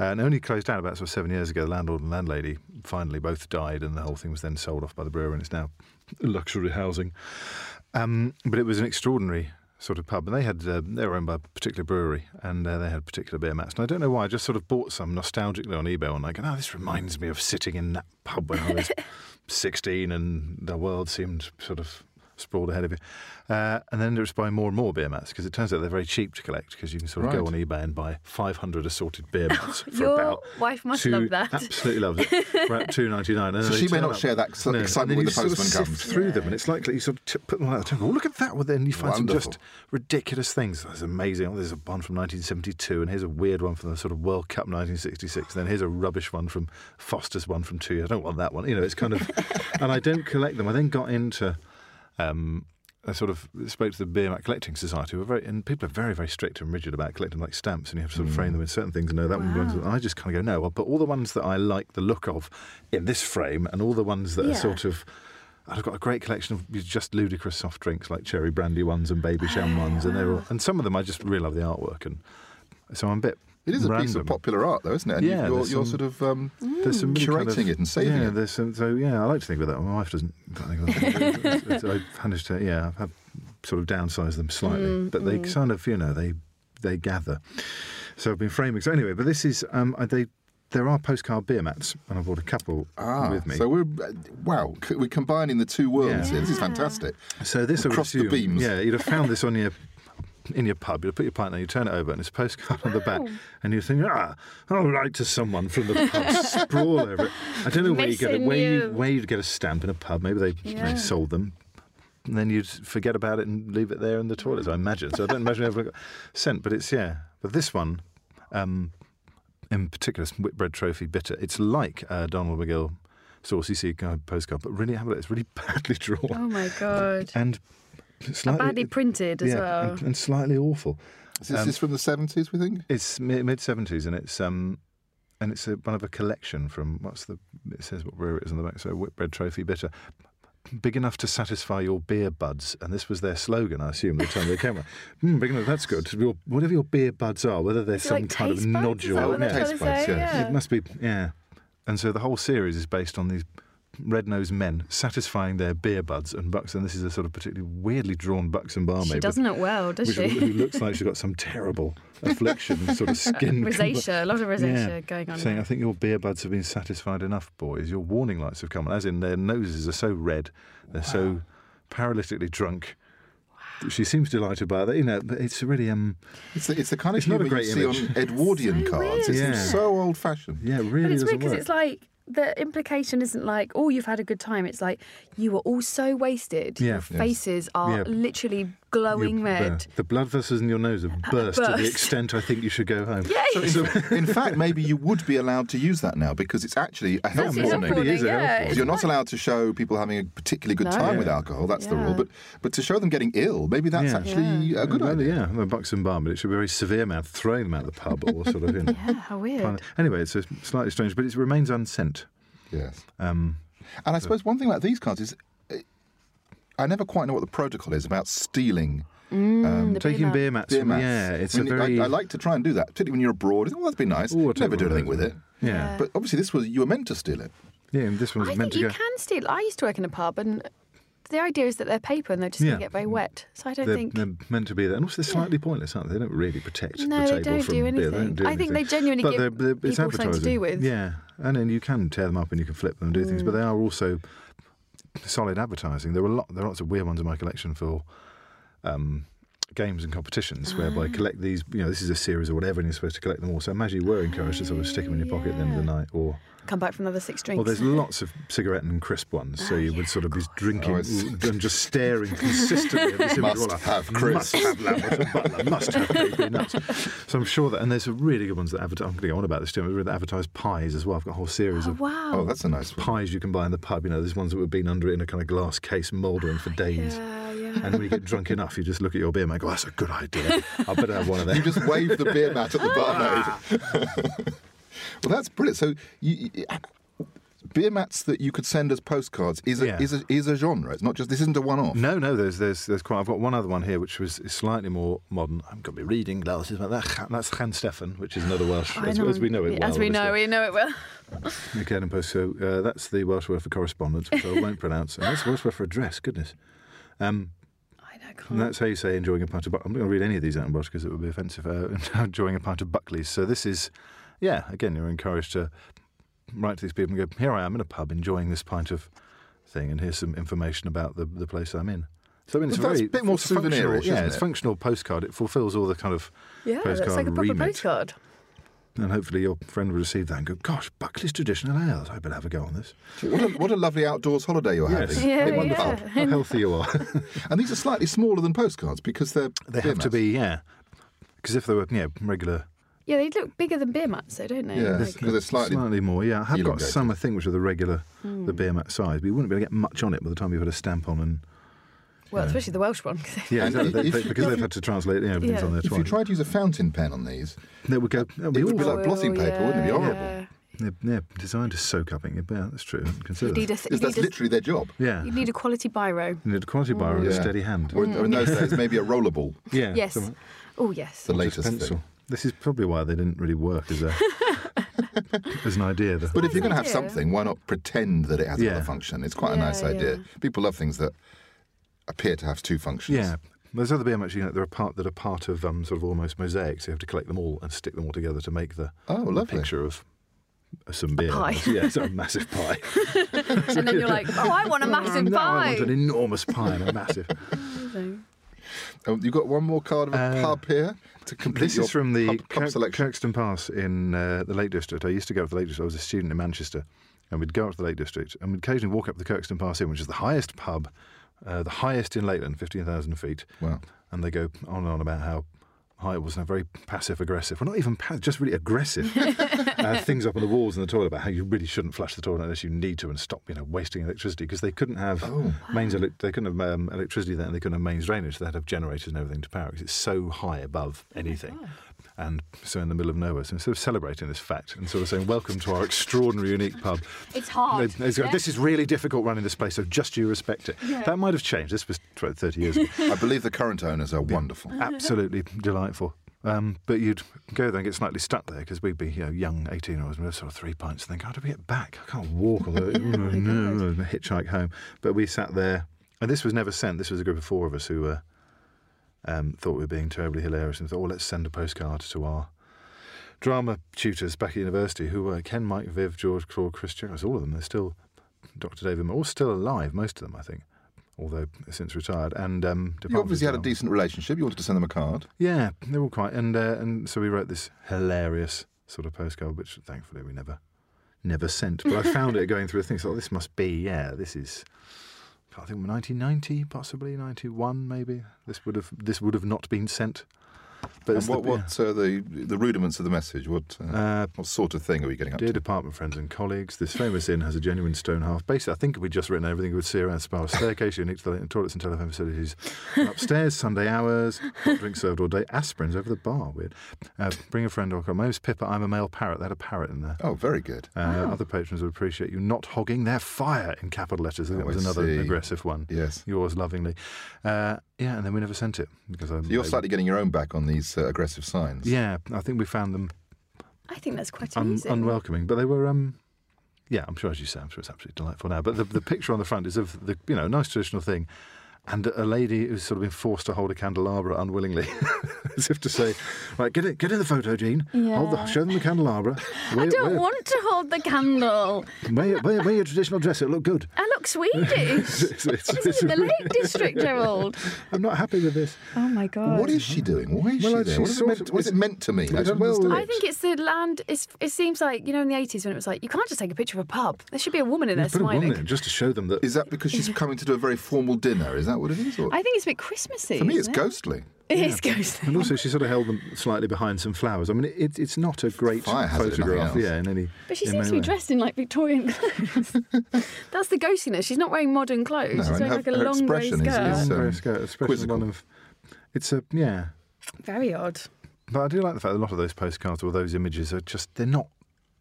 Speaker 3: Uh, And only closed down about sort of seven years ago. The landlord and landlady finally both died, and the whole thing was then sold off by the brewer, and it's now luxury housing. Um, but it was an extraordinary sort of pub, and they had uh, they were owned by a particular brewery, and uh, they had particular beer mats. And I don't know why, I just sort of bought some nostalgically on eBay one night. And oh, this reminds me of sitting in that pub when I was sixteen, and the world seemed sort of sprawled ahead of you. Uh, and then it was buying more and more beer mats because it turns out they're very cheap to collect because you can sort of go
Speaker 1: Right.
Speaker 3: on eBay and buy 500 assorted beer mats for
Speaker 2: Your
Speaker 3: about
Speaker 2: wife must
Speaker 3: two,
Speaker 2: love that.
Speaker 3: Absolutely loves it. For about two ninety nine.
Speaker 1: So she may not share that ex- excitement when the
Speaker 3: sort of
Speaker 1: postman
Speaker 3: sift
Speaker 1: comes.
Speaker 3: through them, and it's like you sort of t- put them like that. Oh, look at that! Well, then you find
Speaker 1: Wonderful.
Speaker 3: some just ridiculous things. That's amazing. Oh, there's a one from 1972, and here's a weird one from the sort of World Cup 1966. And then here's a rubbish one from Foster's one from two years. I don't want that one. You know, it's kind of, and I don't collect them. I then got into. Um, I sort of spoke to the beer mat collecting society, who are very, and people are very, very strict and rigid about collecting like stamps, and you have to sort of frame them in certain things. And no, that one belongs. to- And I just kind of go, no, I'll put all the ones that I like the look of in this frame, and all the ones that
Speaker 2: Yeah.
Speaker 3: are sort of. I've got a great collection of just ludicrous soft drinks like cherry brandy ones and baby sham ones, and they're all, and some of them I just really love the artwork, and so I'm a bit.
Speaker 1: It is a piece
Speaker 3: random.
Speaker 1: of popular art, though, isn't it? And
Speaker 3: Yeah,
Speaker 1: you're,
Speaker 3: there's
Speaker 1: you're
Speaker 3: some- Mm.
Speaker 1: sort of um,
Speaker 3: There's some really
Speaker 1: curating
Speaker 3: kind of-
Speaker 1: it and saving
Speaker 3: yeah,
Speaker 1: it.
Speaker 3: There's some, so yeah, I like to think about that. My wife doesn't. Think about that. It's- it's- I managed to yeah, I've sort of downsized them slightly, but they kind of you know they they gather. So I've been framing. So anyway, but this is um, I- they there are postcard beer mats, and I bought a couple
Speaker 1: Ah,
Speaker 3: with me.
Speaker 1: so we're uh, wow, c- we're combining the two worlds
Speaker 3: Yeah.
Speaker 1: here. This is fantastic.
Speaker 3: So this I would
Speaker 1: Across the
Speaker 3: assume-
Speaker 1: beams.
Speaker 3: Yeah, you'd have found this on your in your pub. You'd put your pint there, you turn it over, and it's a postcard on the back,
Speaker 2: Oh.
Speaker 3: and you think, ah, I'll write to someone from the pub, sprawl over it. I don't know where you get it,
Speaker 2: Missing
Speaker 3: where you
Speaker 2: you.
Speaker 3: where you'd get a stamp in a pub. Maybe they,
Speaker 2: Yeah.
Speaker 3: they sold them. And then you'd forget about it and leave it there in the toilets, I imagine. So I don't imagine it ever got sent, but it's yeah. But this one, um, in particular, it's Whitbread Trophy Bitter. It's like uh, Donald McGill saucy sea guy postcard, but really, have a look, it's really badly drawn
Speaker 2: Oh, my God.
Speaker 3: and slightly
Speaker 2: badly printed as
Speaker 3: yeah,
Speaker 2: well.
Speaker 3: and, and slightly awful.
Speaker 1: Is this,
Speaker 3: Um,
Speaker 1: this from the seventies? We think.
Speaker 3: It's mid seventies, and it's um, and it's a, one of a collection from what's the it says what brewer it is on the back. So Whitbread Trophy Bitter, big enough to satisfy your beer buds, and this was their slogan, I assume, at the time they came out. Mm, big enough, that's good. Your- whatever your beer buds are, whether they're
Speaker 2: Is it
Speaker 3: some
Speaker 2: like
Speaker 3: kind of
Speaker 2: taste buds? Is
Speaker 3: nodule,
Speaker 2: that what they're
Speaker 3: yeah.
Speaker 2: trying to
Speaker 1: Taste buds,
Speaker 2: say?
Speaker 1: yeah.
Speaker 3: It must be, yeah. And so the whole series is based on these red-nosed men satisfying their beer buds and bucks. And this is a sort of particularly weirdly drawn buxom barmaid.
Speaker 2: She
Speaker 3: with-
Speaker 2: doesn't look well, does
Speaker 3: Oh, which, who
Speaker 2: she?
Speaker 3: looks like she's got some terrible affliction, sort of skin.
Speaker 2: Rosacea, a lot of rosacea
Speaker 3: Yeah.
Speaker 2: going on.
Speaker 3: Saying,
Speaker 2: there.
Speaker 3: I think your beer buds have been satisfied enough, boys. Your warning lights have come on. As in, their noses are so red, they're so paralytically drunk. She seems delighted by that. You know, but it's really, um,
Speaker 1: It's the, it's the kind of
Speaker 3: It's not a
Speaker 1: humour you
Speaker 3: great
Speaker 1: see
Speaker 3: image.
Speaker 1: on Edwardian cards. It's
Speaker 3: weird. Yeah.
Speaker 1: so old-fashioned.
Speaker 3: yeah, it really
Speaker 2: But it's
Speaker 3: doesn't
Speaker 2: weird because
Speaker 3: work.
Speaker 2: it's like the implication isn't like, oh, you've had a good time. It's like you were all so wasted.
Speaker 3: Yeah.
Speaker 2: Your
Speaker 3: Yes.
Speaker 2: faces are
Speaker 3: Yeah.
Speaker 2: literally glowing
Speaker 3: Your-
Speaker 2: red.
Speaker 3: The, the blood vessels in your nose have burst, to the
Speaker 2: burst.
Speaker 3: extent I think you should go home.
Speaker 1: So, in fact, maybe you would be allowed to use that now because it's actually a health
Speaker 3: That's
Speaker 2: It's
Speaker 3: Warning. It
Speaker 2: uploading,
Speaker 1: warning.
Speaker 3: is a health
Speaker 2: yeah,
Speaker 3: warning.
Speaker 2: it's
Speaker 1: You're not
Speaker 2: fine.
Speaker 1: allowed to show people having a particularly good
Speaker 2: No.
Speaker 1: time with
Speaker 3: Yeah.
Speaker 1: alcohol. That's the rule.
Speaker 2: Yeah.
Speaker 1: But but to show them getting ill, maybe that's
Speaker 3: Yeah.
Speaker 1: actually a good
Speaker 3: well,
Speaker 1: idea.
Speaker 3: Yeah, well, bucks and barn, but it should be a very severe man throwing them out of the pub or sort of. You know,
Speaker 2: Yeah, how
Speaker 3: pun-
Speaker 2: weird.
Speaker 3: Anyway, it's a slightly strange, but it remains unsent.
Speaker 1: Yes.
Speaker 3: Um,
Speaker 1: And I suppose one thing about these cards is, uh, I never quite know what the protocol is about stealing
Speaker 2: The
Speaker 3: taking
Speaker 2: beer
Speaker 3: beer mats.
Speaker 1: beer
Speaker 3: from-
Speaker 1: mats.
Speaker 3: Yeah, it's
Speaker 1: I mean,
Speaker 3: a
Speaker 1: I-
Speaker 3: very.
Speaker 1: I, like to try and do that, particularly when you're abroad. I think, Well, that'd be nice.
Speaker 3: Ooh, I'll take
Speaker 1: never do
Speaker 3: one of
Speaker 1: anything with
Speaker 3: those.
Speaker 1: it.
Speaker 3: Yeah.
Speaker 1: But obviously, this was you were meant to steal it.
Speaker 3: yeah, and this one's
Speaker 2: I
Speaker 3: meant
Speaker 2: think
Speaker 3: to
Speaker 2: you
Speaker 3: go.
Speaker 2: can steal. I used to work in a pub, and the idea is that they're paper and they're just going
Speaker 3: Yeah. Mm.
Speaker 2: to get very wet. So I don't
Speaker 3: They're,
Speaker 2: think.
Speaker 3: they're meant to be there, and also they're slightly pointless, aren't they? They don't really protect
Speaker 2: No,
Speaker 3: the
Speaker 2: they
Speaker 3: table
Speaker 2: don't
Speaker 3: from
Speaker 2: do
Speaker 3: beer. They
Speaker 2: anything.
Speaker 3: don't do
Speaker 2: I think they
Speaker 3: anything.
Speaker 2: genuinely
Speaker 3: but
Speaker 2: give
Speaker 3: they're, they're, it's
Speaker 2: people something to do
Speaker 3: advertising.
Speaker 2: with. Mm.
Speaker 3: Yeah, and then you can tear them up and you can flip them and do things, but they are also solid advertising. There were a lot. There are lots of weird ones in my collection for. Um, Games and competitions
Speaker 2: Oh.
Speaker 3: whereby collect these, you know, this is a series or whatever, and you're supposed to collect them all. So imagine you were encouraged to sort of stick them in your pocket at the end of
Speaker 2: Oh,
Speaker 3: the night, or
Speaker 2: Come back from another six drinks.
Speaker 3: well, there's lots of cigarette and crisp ones, so you would sort of be drinking
Speaker 1: Oh, it's-
Speaker 3: and just staring consistently at this
Speaker 1: Must have crisp.
Speaker 3: Must have Lambert and Butler. Must have Bakery Nuts. So I'm sure that, and there's some really good ones that advertise. I'm going to go on about this too. but That advertise pies as well. I've got a whole series
Speaker 2: oh,
Speaker 3: of
Speaker 2: wow.
Speaker 1: Oh, that's a nice one.
Speaker 3: pies you can buy in the pub. You know, there's ones that have been under it in a kind of glass case, mouldering for days.
Speaker 2: yeah,
Speaker 3: And
Speaker 2: yeah.
Speaker 3: when you get drunk enough, you just look at your beer and go, "That's a good idea. I better have one of
Speaker 1: You
Speaker 3: them."
Speaker 1: just wave the beer mat at the
Speaker 2: Ah.
Speaker 1: barmaid. well, that's brilliant. So, you, you- beer mats that you could send as postcards is a,
Speaker 3: Yeah.
Speaker 1: is a, is a genre. It's not just this isn't a one-off.
Speaker 3: No, no. There's, there's, there's quite. I've got one other one here, which was is slightly more modern. I'm going to be reading glasses like that. That's Jan Stefan, which is another Welsh,
Speaker 2: I
Speaker 3: as,
Speaker 2: know.
Speaker 3: as we know it.
Speaker 2: Yeah, As
Speaker 3: well,
Speaker 2: we know,
Speaker 3: obviously.
Speaker 2: we know it well.
Speaker 3: Okay, and post. So uh, that's the Welsh word for correspondence, which I won't pronounce. And that's the Welsh word for address. Goodness. Um,
Speaker 2: I know,
Speaker 3: and
Speaker 2: can't.
Speaker 3: that's how you say enjoying a pint of. Buc- I'm not going to read any of these out in Welsh because it would be offensive. Uh, enjoying a pint of Buckley's. So this is, yeah. Again, you're encouraged to write to these people and go. Here I am in a pub enjoying this pint of thing, and here's some information about the the place I'm in. So I mean, it's
Speaker 1: Well, that's
Speaker 3: very
Speaker 1: a bit more
Speaker 3: it's functional-
Speaker 1: souvenirish,
Speaker 3: Yeah,
Speaker 1: isn't
Speaker 3: it's
Speaker 1: it?
Speaker 3: functional postcard. It fulfills all the kind of
Speaker 2: yeah,
Speaker 3: postcard
Speaker 2: that's like a proper
Speaker 3: remit.
Speaker 2: postcard.
Speaker 3: And hopefully your friend will receive that and go, gosh, Buckley's traditional ales. I better have a go on this.
Speaker 1: What a, what a lovely outdoors holiday you're having.
Speaker 2: Yeah,
Speaker 3: How
Speaker 2: yeah.
Speaker 3: wonderful. How healthy you are.
Speaker 1: And these are slightly smaller than postcards because they're
Speaker 3: they
Speaker 1: beer
Speaker 3: have to
Speaker 1: mats.
Speaker 3: be, yeah. Because if they were, yeah, regular,
Speaker 2: Yeah, they look bigger than beer mats, though, don't they?
Speaker 1: Yeah,
Speaker 2: Like-
Speaker 1: because they're slightly.
Speaker 3: slightly more, yeah. I have got
Speaker 1: elongated.
Speaker 3: some, I think, which are the regular,
Speaker 2: Hmm.
Speaker 3: the beer mat size, but you wouldn't be able to get much on it by the time you've had a stamp on and,
Speaker 2: well, especially the Welsh one. 'cause-
Speaker 3: yeah,
Speaker 1: And
Speaker 3: exactly,
Speaker 1: if-
Speaker 3: they-
Speaker 1: if-
Speaker 3: because
Speaker 1: if
Speaker 3: they've
Speaker 1: you-
Speaker 3: had to translate yeah, everything's
Speaker 2: Yeah.
Speaker 3: on there
Speaker 1: If you
Speaker 3: twice.
Speaker 1: tried to use a fountain pen on these,
Speaker 3: they would go, that would
Speaker 1: it
Speaker 3: be
Speaker 1: would be
Speaker 3: awful.
Speaker 1: like blotting
Speaker 2: Well,
Speaker 1: paper, wouldn't it? It'd be horrible.
Speaker 2: yeah.
Speaker 3: They're, they're designed to soak up in your beer, that's true. I hadn't
Speaker 2: You'd
Speaker 3: considered
Speaker 2: need
Speaker 3: that.
Speaker 2: a,
Speaker 1: because
Speaker 2: you'd
Speaker 1: that's
Speaker 2: need a-
Speaker 1: literally their job.
Speaker 3: Yeah.
Speaker 2: you'd need a quality biro.
Speaker 3: You need a quality bar and a
Speaker 1: Yeah.
Speaker 3: steady hand. Mm.
Speaker 1: Or in, or in those days, maybe a rollerball.
Speaker 3: Yeah.
Speaker 2: Yes.
Speaker 3: something-
Speaker 2: Oh, yes.
Speaker 1: The
Speaker 3: Or just
Speaker 1: latest thing.
Speaker 3: This is probably why they didn't really work as a as an idea. though.
Speaker 1: But if you're going to have
Speaker 2: idea.
Speaker 1: something, why not pretend that it has another
Speaker 3: Yeah.
Speaker 1: function? It's quite a
Speaker 2: Yeah,
Speaker 1: nice idea.
Speaker 2: yeah.
Speaker 1: People love things that appear to have two functions.
Speaker 3: yeah, there's other BMX you know, that are part that are part of um, sort of almost mosaics. You have to collect them all and stick them all together to make the,
Speaker 1: Oh,
Speaker 3: the
Speaker 1: lovely.
Speaker 3: picture of some beer.
Speaker 2: pie.
Speaker 3: Yeah, it's a massive pie.
Speaker 2: And then you're like, oh, I want a massive
Speaker 3: No, I want an
Speaker 2: pie.
Speaker 3: enormous pie and a massive.
Speaker 1: Oh, you've got one more card of a
Speaker 3: Uh,
Speaker 1: pub here to complete
Speaker 3: This
Speaker 1: your
Speaker 3: is from the
Speaker 1: pub, pub
Speaker 3: Kirk-
Speaker 1: selection.
Speaker 3: Kirkston Pass in uh, the Lake District. I used to go up to the Lake District. I was a student in Manchester, and we'd go up to the Lake District, and we'd occasionally walk up the Kirkston Pass Inn, which is the highest pub, uh, the highest in Leyland, fifteen thousand feet.
Speaker 1: Wow.
Speaker 3: And they go on and on about how high it was and how very passive aggressive. Well, not even passive, just really aggressive. uh, things up on the walls and the toilet about how you really shouldn't flush the toilet unless you need to and stop, you know, wasting electricity because they couldn't have mains. Ele- they couldn't have um, electricity then. and They couldn't have mains drainage. They had to have generators and everything to power because it's so high above
Speaker 2: Oh
Speaker 3: anything. And so in the middle of nowhere, so instead of celebrating this fact and sort of saying, "Welcome to our extraordinary, unique pub,"
Speaker 2: It's hard.
Speaker 3: They- they go, This is really difficult running this place, so just you respect it. That might have changed. This was 20, 30 years ago.
Speaker 1: I believe the current owners are wonderful.
Speaker 2: Uh,
Speaker 3: Absolutely delightful. Um, but you'd go there and get slightly stuck there because we'd be you know, young 18 year olds, we'd have sort of three pints and think, how do we get back? I can't walk or hitchhike home. But we sat there, and this was never sent. This was a group of four of us who uh, um, thought we were being terribly hilarious and thought, oh, let's send a postcard to our drama tutors back at university who were Ken, Mike, Viv, George, Claude, Chris, Jonas, all of them. They're still, Dr. David, Moore, all still alive, most of them, I think, although since retired. And um,
Speaker 1: You obviously had a
Speaker 3: department-
Speaker 1: decent relationship. You wanted to send them a card.
Speaker 3: yeah, they're all quite. And uh, and so we wrote this hilarious sort of postcard, which thankfully we never never sent. But I found it going through the things. Like this must be yeah, this is God, I think 1990, possibly 91, maybe. This would have this would have not been sent. But
Speaker 1: and
Speaker 3: it's
Speaker 1: what,
Speaker 3: the,
Speaker 1: what uh, the the rudiments of the message? What uh,
Speaker 3: Uh,
Speaker 1: what sort of thing are we getting up
Speaker 3: Dear
Speaker 1: to?
Speaker 3: department friends and colleagues, this famous inn has a genuine stone half base. I think we'd just written everything with Sierra spa, staircase, unique to- toilets and telephone facilities. Upstairs, Sunday hours, hot drinks served all day, aspirins over the bar. Weird. Uh, bring a friend or come. My name's Pippa. I'm a male parrot. They had a parrot in there.
Speaker 1: Oh, very good.
Speaker 3: Uh, Other patrons would appreciate you not hogging their fire in capital letters. I think
Speaker 1: Oh,
Speaker 3: that was
Speaker 1: I
Speaker 3: another
Speaker 1: see.
Speaker 3: aggressive one.
Speaker 1: Yes.
Speaker 3: Yours lovingly. Uh, yeah, and then we never sent it because I'm.
Speaker 1: So you're slightly getting your own back on these uh, aggressive signs.
Speaker 3: Yeah, I think we found them
Speaker 2: I think that's quite
Speaker 3: un-
Speaker 2: amusing.
Speaker 3: unwelcoming, but they were. Um, yeah, I'm sure, as you say, I'm sure it's absolutely delightful now. But the, the picture on the front is of the you know nice traditional thing, and a lady who's sort of been forced to hold a candelabra unwillingly, as if to say, right, get it, get in the photo, Jean. Hold the,
Speaker 2: Yeah.
Speaker 3: show them the candelabra.
Speaker 2: I
Speaker 3: Wear-
Speaker 2: don't
Speaker 3: wear-
Speaker 2: want to hold the candle.
Speaker 3: Wear, your- wear, wear your traditional dress. It'll look good.
Speaker 2: I look Swedish.
Speaker 3: It's- it's-
Speaker 2: this
Speaker 3: it's
Speaker 2: is in the
Speaker 3: really-
Speaker 2: Lake District, Gerald.
Speaker 3: I'm not happy with this.
Speaker 2: Oh my god.
Speaker 1: What is she doing? Why is
Speaker 3: Well,
Speaker 1: she there?
Speaker 3: she's
Speaker 1: What is, it
Speaker 3: sort
Speaker 1: meant,
Speaker 3: of-
Speaker 1: what is it
Speaker 3: it's-
Speaker 1: meant to mean?
Speaker 3: I
Speaker 1: I don't
Speaker 3: don't
Speaker 1: understand.
Speaker 3: know.
Speaker 2: I think it's the land. It's, it seems like you know in the eighties when it was like you can't just take a picture of a pub. There should be a woman in there
Speaker 3: Put a woman
Speaker 2: smiling.
Speaker 3: in just to show them that
Speaker 1: Is that because she's coming to do a very formal dinner? Is that what it is? Or?
Speaker 2: I think it's a bit Christmassy.
Speaker 1: For me, it's
Speaker 2: isn't it?
Speaker 1: ghostly.
Speaker 2: It is ghostly.
Speaker 3: And also, she sort of held them slightly behind some flowers. I mean, it, it's not a great
Speaker 1: Fire hazard, if nothing
Speaker 3: photograph,
Speaker 1: else.
Speaker 3: yeah. In any,
Speaker 2: But she
Speaker 3: in
Speaker 2: seems
Speaker 3: many
Speaker 2: to be
Speaker 3: ways.
Speaker 2: dressed in like Victorian clothes. That's the ghostiness. She's not wearing modern clothes.
Speaker 1: No,
Speaker 2: She's
Speaker 1: and
Speaker 2: wearing
Speaker 1: her-
Speaker 2: like a
Speaker 1: her
Speaker 2: long grey
Speaker 1: expression is-
Speaker 2: skirt.
Speaker 1: is,
Speaker 3: Long
Speaker 1: um,
Speaker 3: grey skirt, especially
Speaker 1: quizzical.
Speaker 3: one of. It's a yeah,
Speaker 2: Very odd.
Speaker 3: but I do like the fact that a lot of those postcards or those images are just they're not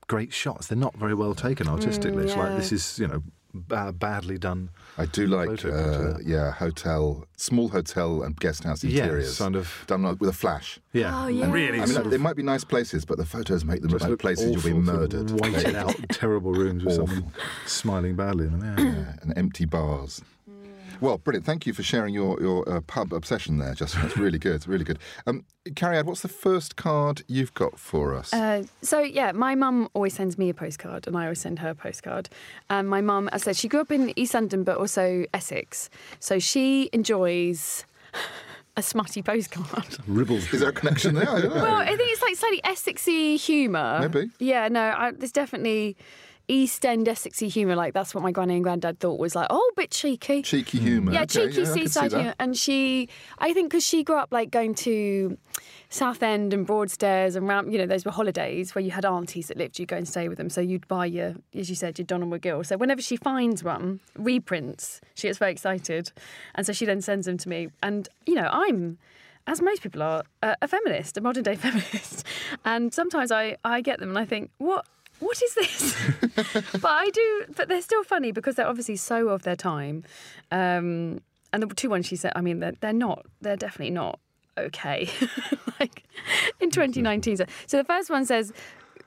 Speaker 3: great shots. They're not very well taken artistically. It's like
Speaker 2: Hmm, yeah.
Speaker 3: this is you know ba- badly done.
Speaker 1: I do like,
Speaker 3: Photo picture.
Speaker 1: uh, yeah, hotel, small hotel and guest house interiors.
Speaker 3: Yeah, kind of.
Speaker 1: Done like with a flash.
Speaker 3: Yeah,
Speaker 2: Oh, yeah.
Speaker 3: really.
Speaker 1: I mean,
Speaker 3: sort
Speaker 1: like,
Speaker 3: of
Speaker 1: they might be nice places, but the photos make them look
Speaker 3: just
Speaker 1: like
Speaker 3: look
Speaker 1: places you'll be
Speaker 3: awful, sort of
Speaker 1: murdered.
Speaker 3: Whited out, terrible rooms with
Speaker 1: Awful.
Speaker 3: someone smiling badly in them. Yeah.
Speaker 1: Yeah, and empty bars. Well, brilliant. Thank you for sharing your, your uh, pub obsession there, Justin. That's really good. It's really good. Um, Carrie Ad, what's the first card you've got for us?
Speaker 2: Uh, so yeah, my mum always sends me a postcard, and I always send her a postcard. And my mum, as I said, she grew up in East London, but also Essex, so she enjoys a smutty postcard.
Speaker 3: Ribbles.
Speaker 1: is there a connection there? I don't know.
Speaker 2: Well, I think it's like slightly Essexy humour.
Speaker 1: Maybe.
Speaker 2: Yeah, no, I, there's definitely East End Essexy humour. Like that's what my granny and granddad thought was like, oh, bit cheeky.
Speaker 1: cheeky humour.
Speaker 2: Yeah,
Speaker 1: Okay,
Speaker 2: cheeky
Speaker 1: I could see
Speaker 2: seaside
Speaker 1: that.
Speaker 2: humour. And she, I think, because she grew up like going to Southend and Broadstairs and round, you know, those were holidays where you had aunties that lived, you go and stay with them. So you'd buy your, as you said, your Donald McGill. So whenever she finds one, reprints, she gets very excited. And so she then sends them to me. And, you know, I'm. As most people are, uh, a feminist, a modern day feminist, and sometimes I, I get them and I think, what what is this? but I do, but they're still funny because they're obviously so of their time. Um, and the two ones she said, I mean, they're, they're not, they're definitely not okay. like in 2019. So, so the first one says,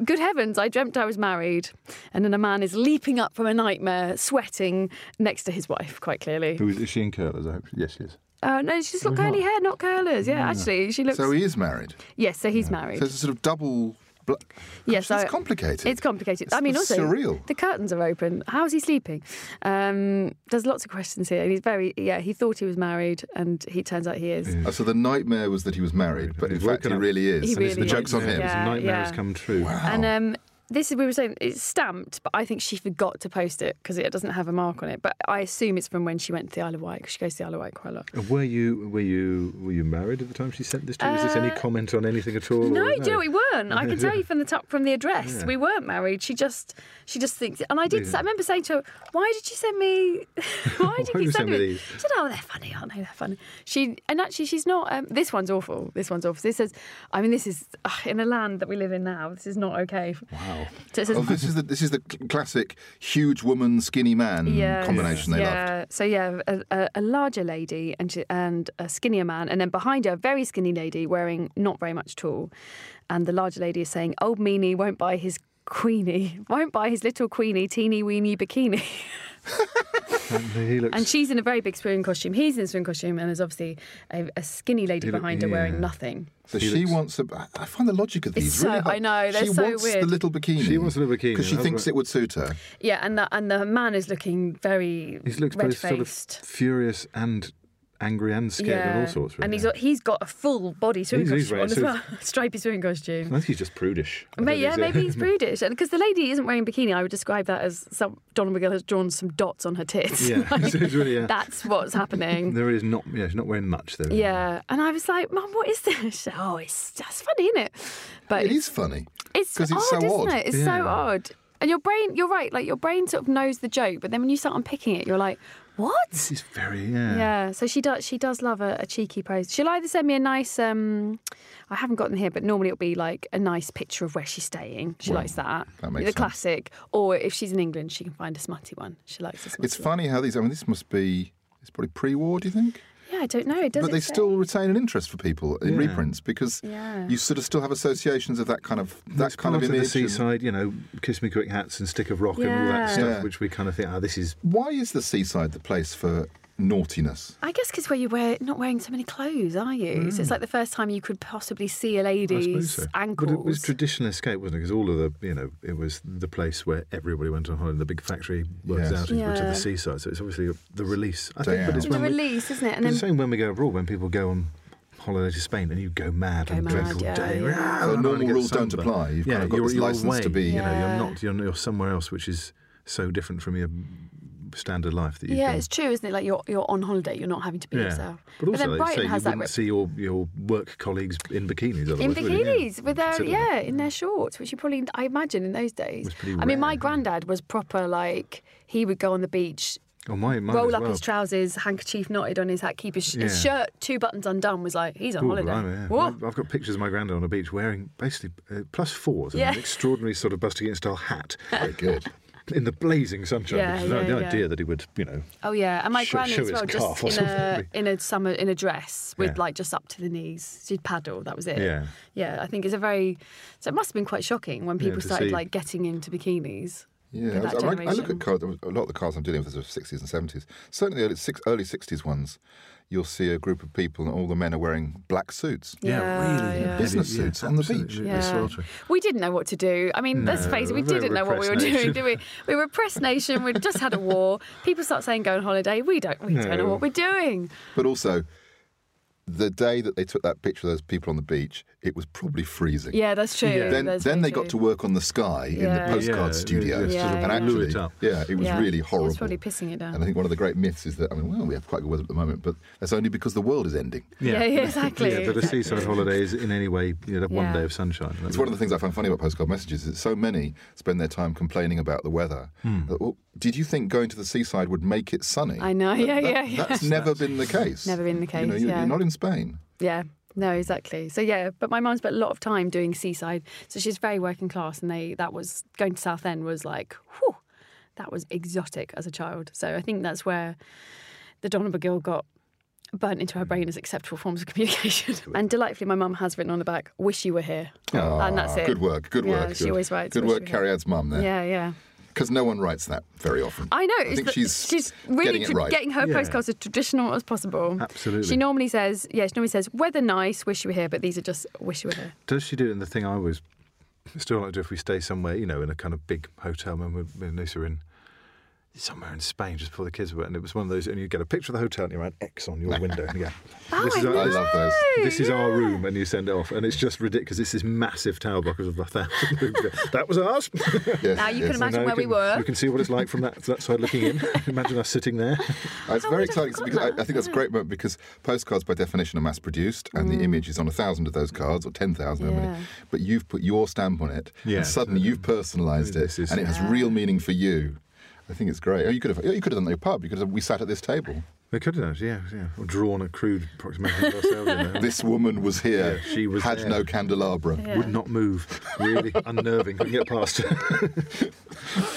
Speaker 2: Good heavens, I dreamt I was married. And then a man is leaping up from a nightmare, sweating next to his wife, quite clearly.
Speaker 3: Who is, is she in curlers? I hope. Yes, she is.
Speaker 2: Oh, no, she's got curly hair, not curlers. Yeah, actually, she looks.
Speaker 1: So he is married.
Speaker 2: yes, so he's
Speaker 1: So
Speaker 2: married.
Speaker 1: there's a sort of double. Bl-
Speaker 2: Yes,
Speaker 1: Gosh,
Speaker 2: I-
Speaker 1: it's complicated.
Speaker 2: It's complicated.
Speaker 1: It's
Speaker 2: I mean,
Speaker 1: sort
Speaker 2: also
Speaker 1: of surreal.
Speaker 2: The curtains are open. How's he sleeping? Um, there's lots of questions here. And he's very, yeah. He thought he was married, and he turns out he is.
Speaker 1: Oh, so the nightmare was that he was married, but in
Speaker 3: He's
Speaker 1: fact
Speaker 3: woken
Speaker 1: he
Speaker 3: up.
Speaker 1: really is.
Speaker 2: He
Speaker 1: and it's the
Speaker 2: really
Speaker 1: joke's on
Speaker 2: is,
Speaker 1: him.
Speaker 3: His
Speaker 2: Yeah,
Speaker 3: nightmare has
Speaker 2: yeah.
Speaker 3: come true.
Speaker 2: And um, this is we were saying it's stamped, but I think she forgot to post it because it doesn't have a mark on it. But I assume it's from when she went to the Isle of Wight because she goes to the Isle of Wight quite a lot.
Speaker 3: And Were you were you were you married at the time she sent this to you? Is this any
Speaker 2: Uh,
Speaker 3: comment on anything at all?
Speaker 2: No,
Speaker 3: or
Speaker 2: do you know we weren't. I can tell you from the top from the address, we weren't married. She just she just thinks, and I did. I remember saying to her, "Why did you send me? Why did
Speaker 3: Why
Speaker 2: you
Speaker 3: you
Speaker 2: send
Speaker 3: send
Speaker 2: me?"
Speaker 3: me
Speaker 2: these?" She said, "Oh, they're funny, aren't they? They're funny." She and actually, she's not. Um, this one's awful. This one's awful. This says, I mean, this is ugh, in the land that we live in now. This is not okay. Wow. So it says,
Speaker 1: Oh, this is the this is the cl- classic huge woman skinny man
Speaker 2: Yes,
Speaker 1: combination they
Speaker 2: yeah.
Speaker 1: loved.
Speaker 2: So yeah, a, a, a larger lady and she, and a skinnier man, and then behind her, a very skinny lady wearing not very much at all, and the larger lady is saying, "Old meanie won't buy his queenie, won't buy his little queenie, teeny weeny bikini."
Speaker 3: Apparently he looks.
Speaker 2: And she's in a very big swimming costume. He's in a swimming costume, and there's obviously a, a skinny lady
Speaker 3: He look-
Speaker 2: behind her wearing
Speaker 3: yeah.
Speaker 2: nothing.
Speaker 1: So she wants a. I find the logic of
Speaker 2: It's
Speaker 1: these really
Speaker 2: so-
Speaker 1: hard.
Speaker 2: I know, they're
Speaker 1: she
Speaker 2: so
Speaker 1: wants the
Speaker 2: weird.
Speaker 1: little bikini.
Speaker 3: She wants a little bikini,
Speaker 1: because she
Speaker 3: that's
Speaker 1: thinks
Speaker 3: right.
Speaker 1: it would suit her.
Speaker 2: Yeah, and the, and the man is looking very
Speaker 3: he looks both
Speaker 2: red
Speaker 3: sort of
Speaker 2: faced.
Speaker 3: furious and angry and scared and all sorts. Really.
Speaker 4: and he's he's got a full body swimming
Speaker 3: He's- he's
Speaker 4: costume
Speaker 3: right,
Speaker 4: on as
Speaker 3: so
Speaker 4: well, stripy swimming costume.
Speaker 3: I think he's just prudish. I
Speaker 2: May,
Speaker 3: think
Speaker 2: yeah,
Speaker 3: he's, uh,
Speaker 2: maybe he's prudish. And because the lady isn't wearing a bikini, I would describe that as some, Donald McGill has drawn some dots on her tits.
Speaker 3: Yeah,
Speaker 2: Like,
Speaker 3: it's really, yeah.
Speaker 2: That's what's happening.
Speaker 3: There is not. Yeah, he's not wearing much there.
Speaker 2: yeah. And I was like, Mum, what is this? She- Oh, it's that's funny, isn't it? But
Speaker 1: It is funny.
Speaker 2: it's,
Speaker 1: 'cause it's
Speaker 2: odd,
Speaker 1: so
Speaker 2: isn't
Speaker 1: odd.
Speaker 2: it? It's
Speaker 3: Yeah.
Speaker 2: so odd. And your brain, you're right, like your brain sort of knows the joke, but then when you start unpicking it, you're like, what?
Speaker 3: He's very. Yeah.
Speaker 2: Yeah, so she does. She does love a, a cheeky post. She'll either send me a nice. um I haven't gotten here, but normally it'll be like a nice picture of where she's staying. She likes that.
Speaker 1: that makes
Speaker 2: the
Speaker 1: sense.
Speaker 2: classic. Or if she's in England, she can find a smutty one. She likes a smutty.
Speaker 1: It's funny how these. I mean, this must be. It's probably pre-war, do you think?
Speaker 2: one. Yeah, I don't know. It does
Speaker 1: but they
Speaker 2: say?
Speaker 1: still retain an interest for people in
Speaker 3: Yeah.
Speaker 1: reprints because
Speaker 2: Yeah.
Speaker 1: you sort of still have associations of that kind of that
Speaker 3: That's
Speaker 1: kind
Speaker 3: part
Speaker 1: of
Speaker 3: of
Speaker 1: image.
Speaker 3: the
Speaker 1: and-
Speaker 3: seaside, you know, kiss me quick hats and stick of rock and all that
Speaker 2: Yeah.
Speaker 3: stuff,
Speaker 1: Yeah.
Speaker 3: which we kind of think, ah, this is
Speaker 1: Why is the seaside the place for naughtiness?
Speaker 2: I guess because where you wear not wearing so many clothes, are you? So it's like the first time you could possibly see a
Speaker 3: Mm. I
Speaker 2: lady's
Speaker 3: suppose so.
Speaker 2: ankles.
Speaker 3: But it was traditional escape, wasn't it? Because all of the, you know, it was the place where everybody went on holiday. The big factory works
Speaker 1: Yes.
Speaker 3: out which to
Speaker 2: Yeah.
Speaker 3: the seaside. So it's obviously the release. I
Speaker 1: Day
Speaker 3: think, but it's
Speaker 1: out.
Speaker 2: the
Speaker 3: when we,
Speaker 2: release, isn't it?
Speaker 3: it's
Speaker 2: And then
Speaker 3: the same when we go abroad, when people go on holiday to Spain and you go mad
Speaker 2: Go
Speaker 3: and
Speaker 2: mad,
Speaker 3: drink all
Speaker 2: yeah,
Speaker 3: day.
Speaker 2: yeah.
Speaker 3: "Ah,
Speaker 1: So
Speaker 3: I'm
Speaker 1: normal
Speaker 3: gonna get
Speaker 1: rules don't
Speaker 3: sunburned."
Speaker 1: apply. You've
Speaker 3: yeah,
Speaker 1: kind of got
Speaker 3: you're,
Speaker 1: this
Speaker 3: you're
Speaker 1: license
Speaker 3: away,
Speaker 1: to be-
Speaker 3: You know,
Speaker 2: Yeah.
Speaker 3: you're not. You're, you're somewhere else, which is so different from your standard life that you.
Speaker 2: yeah,
Speaker 3: can,
Speaker 2: it's true, isn't it? Like you're you're on holiday, you're not having to be yourself.
Speaker 3: But also,
Speaker 2: then
Speaker 3: they say
Speaker 2: Brighton
Speaker 3: you
Speaker 2: has that
Speaker 3: wouldn't
Speaker 2: rep-
Speaker 3: see your, your work colleagues in bikinis.
Speaker 2: in
Speaker 3: otherwise, would you? Yeah.
Speaker 2: bikinis with their
Speaker 3: Consider
Speaker 2: yeah
Speaker 3: that.
Speaker 2: in their shorts, which you probably I imagine in those days.
Speaker 3: Was pretty
Speaker 2: I mean, my
Speaker 3: rare.
Speaker 2: granddad was proper like he would go on the beach,
Speaker 3: Oh, my, mine
Speaker 2: roll
Speaker 3: as
Speaker 2: up
Speaker 3: well.
Speaker 2: his trousers, handkerchief knotted on his hat, keep his, sh- his
Speaker 3: Yeah.
Speaker 2: shirt two buttons undone. Was like he's on
Speaker 3: Ooh,
Speaker 2: holiday.
Speaker 3: blimey, yeah.
Speaker 2: Whoa.
Speaker 3: I've- I've got pictures of my granddad on a beach wearing basically uh, plus fours and
Speaker 2: Yeah.
Speaker 3: an extraordinary sort of Buster Keaton style hat
Speaker 1: Very good.
Speaker 3: in the blazing sunshine.
Speaker 2: Yeah,
Speaker 3: which is the
Speaker 2: yeah,
Speaker 3: idea
Speaker 2: yeah.
Speaker 3: that he would, you know,
Speaker 2: Oh yeah, and my
Speaker 3: Show-
Speaker 2: granny
Speaker 3: show
Speaker 2: as
Speaker 3: his
Speaker 2: well,
Speaker 3: calf
Speaker 2: just
Speaker 3: or
Speaker 2: in a
Speaker 3: something.
Speaker 2: in a summer in a dress with
Speaker 3: Yeah.
Speaker 2: like just up to the knees. She'd paddle. That was it.
Speaker 3: Yeah.
Speaker 2: yeah. I think it's a very so it must have been quite shocking when people
Speaker 3: to
Speaker 2: started
Speaker 3: see.
Speaker 2: like getting into bikinis.
Speaker 1: Yeah,
Speaker 2: for
Speaker 1: I,
Speaker 2: that
Speaker 1: was- I, I look
Speaker 2: generation.
Speaker 1: at cars. A lot of the cars I'm dealing with are sixties and seventies. Certainly, the early, six, early '60s ones. You'll see a group of people, and all the men are wearing black suits.
Speaker 3: yeah,
Speaker 2: Yeah,
Speaker 3: really
Speaker 2: yeah.
Speaker 3: heavy,
Speaker 1: Business
Speaker 3: yeah,
Speaker 1: suits on the
Speaker 3: absolutely
Speaker 1: beach.
Speaker 2: Yeah.
Speaker 3: sweltering.
Speaker 2: We didn't know what to do. I mean, let's
Speaker 3: No,
Speaker 2: face it, we
Speaker 3: we're a
Speaker 2: didn't know what we were
Speaker 3: repressed
Speaker 2: doing,
Speaker 3: nation.
Speaker 2: did we? We were a press nation. We'd just had a war. People start saying go on holiday. We don't. We don't know
Speaker 3: No.
Speaker 2: what we're doing.
Speaker 1: But also, the day that they took that picture of those people on the beach, it was probably freezing.
Speaker 2: Yeah, that's true.
Speaker 3: Yeah.
Speaker 1: Then,
Speaker 2: that's
Speaker 1: then
Speaker 2: very
Speaker 1: they got to
Speaker 2: true.
Speaker 1: work on the sky in
Speaker 2: Yeah.
Speaker 1: the postcard
Speaker 3: Yeah,
Speaker 1: studio,
Speaker 3: yeah,
Speaker 2: yeah,
Speaker 1: and
Speaker 2: yeah.
Speaker 1: actually,
Speaker 3: Blew it up.
Speaker 1: yeah, it was
Speaker 2: Yeah.
Speaker 1: really
Speaker 2: It was
Speaker 1: horrible.
Speaker 2: probably pissing it down.
Speaker 1: And I think one of the great myths is that I mean, well, we have quite good weather at the moment, but that's only because the world is ending.
Speaker 2: Yeah, yeah, exactly.
Speaker 3: Yeah, but a
Speaker 2: exactly.
Speaker 3: seaside holiday is in any way, you know, that
Speaker 2: Yeah.
Speaker 3: one day of sunshine.
Speaker 1: It's one of the things I find funny about postcard messages is that so many spend their time complaining about the weather.
Speaker 3: Hmm.
Speaker 1: That, well, did you think going to the seaside would make it sunny?
Speaker 2: I know. Yeah, yeah, yeah.
Speaker 1: That's never been the case.
Speaker 2: Never been the
Speaker 1: You know,
Speaker 2: case,
Speaker 1: you're,
Speaker 2: yeah.
Speaker 1: you're not in Spain.
Speaker 2: Yeah. No, exactly. So yeah, but my mum spent a lot of time doing seaside. So she's very working class, and they that was going to Southend was like, whew, that was exotic as a child. So I think that's where the Donna McGill got burnt into her
Speaker 1: Hmm.
Speaker 2: brain as acceptable forms of communication. and delightfully, my mum has written on the back, "Wish you were here," and that's
Speaker 1: Ah,
Speaker 2: it.
Speaker 1: Good work. Good
Speaker 2: Yeah,
Speaker 1: work.
Speaker 2: she
Speaker 1: good.
Speaker 2: always writes,
Speaker 1: Good
Speaker 2: which
Speaker 1: work,
Speaker 2: we-
Speaker 1: Carrie Ad's mum there.
Speaker 2: Yeah, yeah.
Speaker 1: Because no one writes that very often.
Speaker 2: I know.
Speaker 1: I
Speaker 2: it's
Speaker 1: think
Speaker 2: the-
Speaker 1: she's,
Speaker 2: she's really
Speaker 1: getting it
Speaker 2: tr-
Speaker 1: right.
Speaker 2: getting her
Speaker 3: Yeah.
Speaker 2: postcards as traditional as possible.
Speaker 3: Absolutely.
Speaker 2: She normally says, yeah, she normally says, weather nice, wish you were here, but these are just wish you were here.
Speaker 3: Does she do it in the thing I always still like to do if we stay somewhere, you know, in a kind of big hotel when we me and Lisa were in somewhere in Spain just before the kids were and it was one of those and you get a picture of the hotel and you write X on your window and you go
Speaker 2: Oh,
Speaker 3: this is
Speaker 1: I
Speaker 3: our,
Speaker 1: love those.
Speaker 3: this is our room and you send it off and it's just ridiculous it's this massive tower block of a thousand rooms that was ours
Speaker 1: Yes,
Speaker 2: Now you
Speaker 1: yes.
Speaker 2: can imagine
Speaker 3: Now
Speaker 2: where
Speaker 3: you
Speaker 2: we
Speaker 3: can-
Speaker 2: were.
Speaker 3: you can see what it's like from that, that side looking in imagine us sitting there
Speaker 1: Uh, It's very exciting because I, I think that's a great moment because postcards, by definition, are mass produced and the image is on a thousand of those cards or 10,000, however
Speaker 2: Mm. Yeah.
Speaker 1: many. But you've put your stamp on it
Speaker 3: Yeah,
Speaker 1: and suddenly
Speaker 3: so-
Speaker 1: you've personalised it
Speaker 3: uh, This is-
Speaker 1: and it has real meaning for you. I think it's great. Oh, you could have, you could have done that at your pub. You could have, we sat at this table.
Speaker 3: we could have yeah yeah or drawn a crude approximation of ourselves in there.
Speaker 1: This woman was here.
Speaker 3: Yeah, she was
Speaker 1: had
Speaker 3: there.
Speaker 1: no candelabra.
Speaker 2: Yeah.
Speaker 3: would not move really unnerving couldn't get past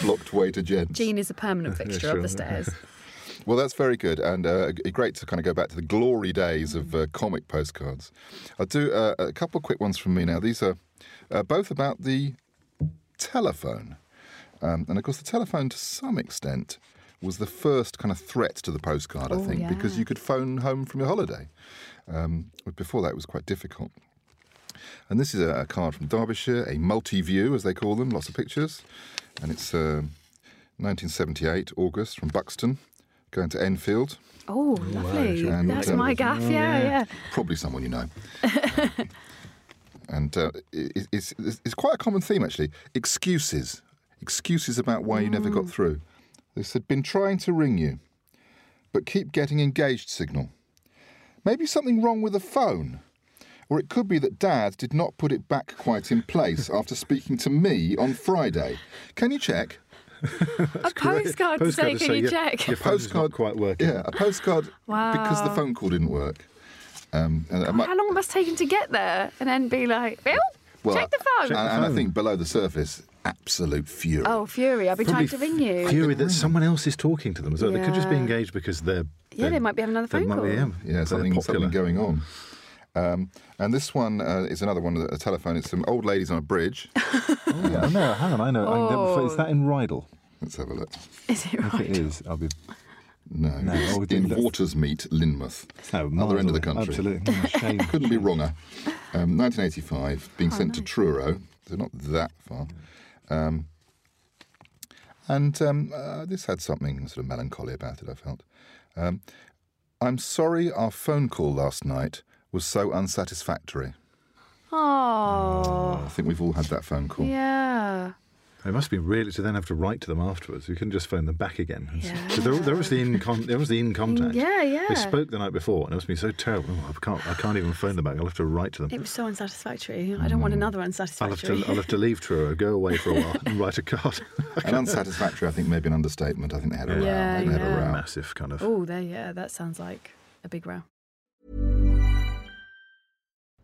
Speaker 1: Blocked way to gents.
Speaker 2: Jean is a permanent fixture
Speaker 3: sure.
Speaker 2: up the stairs.
Speaker 1: Well, that's very good, and uh, g- great to kind of go back to the glory days of uh, comic postcards. I'll do uh, a couple of quick ones from me now. These are uh, both about the telephone. Um, and of course, the telephone, to some extent, was the first kind of threat to the postcard, I think, because you could phone home from your holiday. Um, but before that, it was quite difficult. And this is a, a card from Derbyshire, a multi view, as they call them, lots of pictures. And it's um 1978, August, from Buxton. going to Enfield.
Speaker 2: Oh, lovely.
Speaker 1: And,
Speaker 2: That's
Speaker 1: um,
Speaker 2: my gaff. Yeah, yeah.
Speaker 1: probably someone you know. and uh, it, it's, it's quite a common theme, actually. Excuses. Excuses about why you never got through. They said, been trying to ring you, but keep getting engaged signal. Maybe something wrong with the phone. Or it could be that Dad did not put it back quite in place after speaking to me on Friday. Can you check?
Speaker 2: A postcard, to say,
Speaker 3: to
Speaker 2: can
Speaker 3: say
Speaker 2: you
Speaker 3: your-
Speaker 2: check?
Speaker 3: Your postcard's not
Speaker 1: Postcard-
Speaker 3: quite working.
Speaker 1: Yeah, a postcard because the
Speaker 2: Wow. Oh,
Speaker 1: phone call didn't work. Um, and I might-
Speaker 2: How long it must it take him to get there and then be like, Bill, check the phone?
Speaker 1: And, and I think below the surface, absolute fury.
Speaker 2: oh, Fury, I'll be trying to ring you.
Speaker 3: Fury that someone else is talking to them as well. They could just be
Speaker 2: Yeah.
Speaker 3: engaged because they're.
Speaker 2: Yeah, they might be having another
Speaker 3: they
Speaker 2: phone
Speaker 3: might be,
Speaker 2: call.
Speaker 3: yeah,
Speaker 1: yeah,
Speaker 3: they're
Speaker 1: something,
Speaker 3: popular.
Speaker 1: something going on. Um, and this one uh, is another one, a telephone. It's some old ladies on a bridge.
Speaker 3: Oh, yeah, I know. Hang on, I know. I know
Speaker 2: Oh.
Speaker 3: is that in Rydal?
Speaker 1: Let's have a look.
Speaker 2: Is it
Speaker 3: If
Speaker 2: right?
Speaker 3: it is, I'll be.
Speaker 1: No,
Speaker 3: No,
Speaker 1: it's
Speaker 3: I would
Speaker 1: in
Speaker 3: do that.
Speaker 1: Watersmeet, Linmouth.
Speaker 3: No,
Speaker 1: Other end of the
Speaker 3: miles away.
Speaker 1: country.
Speaker 3: Absolutely. Oh, shame.
Speaker 1: Couldn't
Speaker 2: Hmm.
Speaker 1: be wronger. Um, 1985,
Speaker 2: Oh,
Speaker 1: being sent to Truro, so not that far. Um, and um, uh, this had something sort of melancholy about it, I felt. Um, I'm sorry our phone call last night was so unsatisfactory.
Speaker 2: Oh,
Speaker 1: I think we've all had that phone call.
Speaker 2: yeah.
Speaker 3: It must be really to then have to write to them afterwards. You couldn't just phone them back again.
Speaker 2: Yeah.
Speaker 3: Because they're, they're obviously in con- they're obviously in contact.
Speaker 2: Mm, Yeah,
Speaker 3: They
Speaker 2: yeah.
Speaker 3: spoke the night before, and it must be so terrible. Oh, I can't, I can't even phone them back. I'll have to write to them.
Speaker 2: It was so unsatisfactory. I don't want another
Speaker 3: Mm. I'll have to,
Speaker 2: unsatisfactory.
Speaker 3: I'll have to leave Truro, go away for a while, and write a card.
Speaker 1: And unsatisfactory, I think, maybe an understatement. I think they had a row.
Speaker 2: Yeah,
Speaker 1: they had a
Speaker 2: yeah.
Speaker 1: row.
Speaker 3: Massive kind of.
Speaker 2: oh, there, yeah, that sounds like a big row.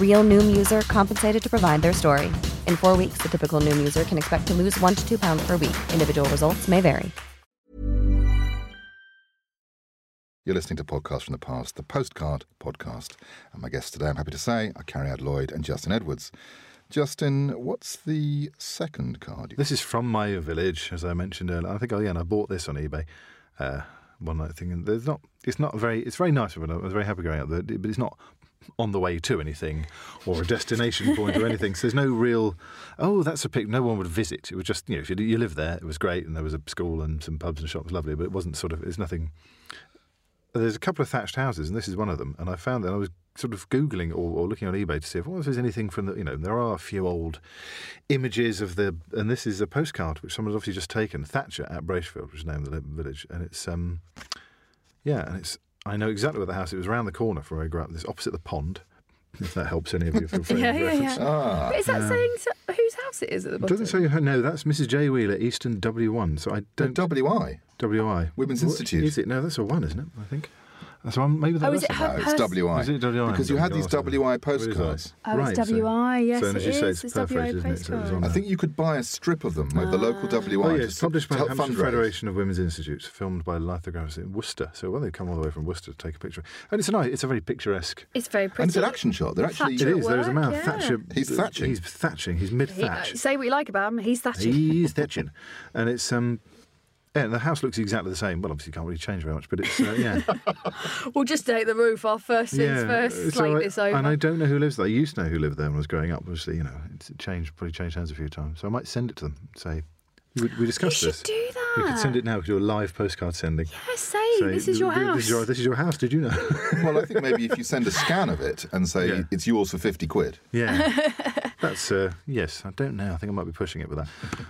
Speaker 5: Real Noom user compensated to provide their story. In four weeks, the typical Noom user can expect to lose one to two pounds per week. Individual results may vary.
Speaker 1: You're listening to Podcast from the Past, the Postcard Podcast. And my guests today, I'm happy to say, are Carrie Ad Lloyd and Justin Edwards. Justin, what's the second card? You...
Speaker 3: This is from my village, as I mentioned earlier. I think, oh yeah, and I bought this on eBay. Uh, one night thing, and there's not. It's not very. It's very nice of it. I was very happy going out there, but it's not on the way to anything or a destination point or anything. So there's no real. Oh, that's a pic. No one would visit. It was just you know, if you, you live there, it was great, and there was a school and some pubs and shops, lovely. But it wasn't sort of. It's nothing. There's a couple of thatched houses, and this is one of them. And I found that I was sort of googling or, or looking on eBay to see if, well, if there's anything from the. You know, there are a few old images of the, and this is a postcard which someone's obviously just taken. Thatcher at Bracefield, which is the name of the little village, and it's um, yeah, and it's I know exactly where the house. It was around the corner from where I grew up. This opposite the pond. If that helps any of you, feel free.
Speaker 2: Yeah,
Speaker 3: to
Speaker 2: yeah,
Speaker 3: reference.
Speaker 2: yeah.
Speaker 1: Ah,
Speaker 2: But is that saying so, whose house it is at the
Speaker 3: It
Speaker 2: bottom?
Speaker 3: Uh, doesn't say her. No, that's Mrs. J Wheeler, Easton W1. So I don't
Speaker 1: WI.
Speaker 3: WI
Speaker 1: Women's
Speaker 3: What
Speaker 1: Institute.
Speaker 3: Is it? No, that's a one, isn't it? I think. So I'm, maybe that
Speaker 2: Oh, is it
Speaker 3: a
Speaker 2: her
Speaker 1: No, it's
Speaker 2: pers-
Speaker 1: WI.
Speaker 3: Is it E WI?
Speaker 1: Because you had these E WI
Speaker 3: What is it?
Speaker 1: postcards.
Speaker 2: Oh, it's
Speaker 3: so-
Speaker 2: WI, yes,
Speaker 3: so, and as
Speaker 2: it
Speaker 3: you say,
Speaker 2: is.
Speaker 3: it's
Speaker 2: It's WI
Speaker 3: perforated, isn't it? So it was
Speaker 2: postcard.
Speaker 3: on
Speaker 1: I
Speaker 3: there.
Speaker 1: think you could buy a strip of them with
Speaker 2: Ah.
Speaker 1: the local WI.
Speaker 3: Oh, yeah,
Speaker 1: to-
Speaker 3: it's published by
Speaker 1: to
Speaker 3: the
Speaker 1: help
Speaker 3: Hampshire
Speaker 1: fundraise.
Speaker 3: Federation of Women's Institutes, filmed by lithographers in Worcester. So, well, they come all the way from Worcester to take a picture. And it's a nice, it's a very picturesque.
Speaker 2: It's very pretty.
Speaker 1: And it's an action shot. They're actually.
Speaker 3: It
Speaker 2: Thatcher. At
Speaker 3: is. There's a
Speaker 2: work,
Speaker 3: man,
Speaker 2: yeah.
Speaker 3: Thatcher.
Speaker 1: He's thatching.
Speaker 3: He's thatching. He's mid
Speaker 2: He- uh,
Speaker 3: thatch.
Speaker 2: say what you like about him, he's thatching.
Speaker 3: He's thatching, and it's um, Yeah, the house looks exactly the same. Well, obviously, you can't really change very much, but it's uh, yeah,
Speaker 2: We'll just take the roof off first things
Speaker 3: yeah.
Speaker 2: first,
Speaker 3: So
Speaker 2: slate
Speaker 3: I-
Speaker 2: this over.
Speaker 3: And I don't know who lives there. I used to know who lived there when I was growing up. Obviously, you know, it's changed, probably changed hands a few times. So I might send it to them. and Say, we, we discussed
Speaker 2: should
Speaker 3: this.
Speaker 2: do
Speaker 3: We could send
Speaker 2: that.
Speaker 3: it now. We could do a live postcard sending.
Speaker 2: I say,
Speaker 3: Say,
Speaker 2: this is your house.
Speaker 3: This is your, this is your house. Did you know?
Speaker 1: Well, I think maybe if you send a scan of it and say
Speaker 3: Yeah.
Speaker 1: it's yours for 50 quid.
Speaker 3: Yeah, that's uh, yes. I don't know. I think I might be pushing it with that,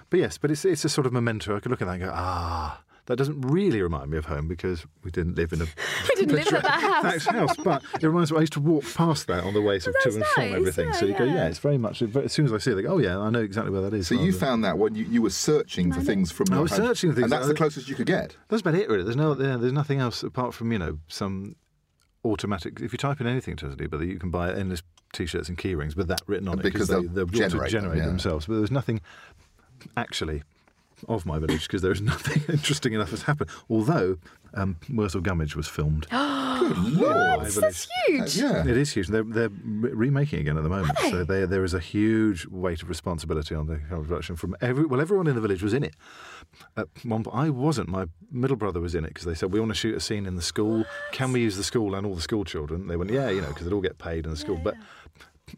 Speaker 3: but yes. But it's it's a sort of memento. I could look at that and go, ah, that doesn't really remind me of home because we didn't live in a
Speaker 2: we didn't live at that house.
Speaker 3: packed house. But it reminds me. I used to walk past that on the way sort of to and
Speaker 2: that's
Speaker 3: from
Speaker 2: nice.
Speaker 3: everything.
Speaker 2: Yeah,
Speaker 3: so you go,
Speaker 2: yeah.
Speaker 3: yeah, it's very much. As soon as I see it, they go, oh yeah, I know exactly where that is.
Speaker 1: So you
Speaker 3: rather than-
Speaker 1: found that when you, you were searching for things from
Speaker 3: I
Speaker 1: your
Speaker 3: was
Speaker 1: home,
Speaker 3: searching things.
Speaker 1: And that's
Speaker 3: I-
Speaker 1: the closest you could get.
Speaker 3: That's about it, really. There's no, yeah, there's nothing else apart from you know some automatic. If you type in anything to Andy, but you can buy endless T-shirts and key rings with that written on it
Speaker 1: Because
Speaker 3: they,
Speaker 1: they'll
Speaker 3: auto-
Speaker 1: generate them,
Speaker 3: generate
Speaker 1: yeah.
Speaker 3: themselves. But there's nothing actually of my village because there is nothing interesting enough that's happened. Although um, Wurzel Gummidge was filmed.
Speaker 1: Lord.
Speaker 3: My
Speaker 2: That's
Speaker 3: village.
Speaker 2: huge.
Speaker 1: Yeah.
Speaker 3: It is huge. They're, they're re- remaking again at the moment, so there there is a huge weight of responsibility on the current production from every. Well, everyone in the village was in it. At one, point- I wasn't. My middle brother was in it because they said we want to shoot a scene in the school. Can we use the school and all the school children? They went, yeah, you know, because they'd all get paid in the school, but.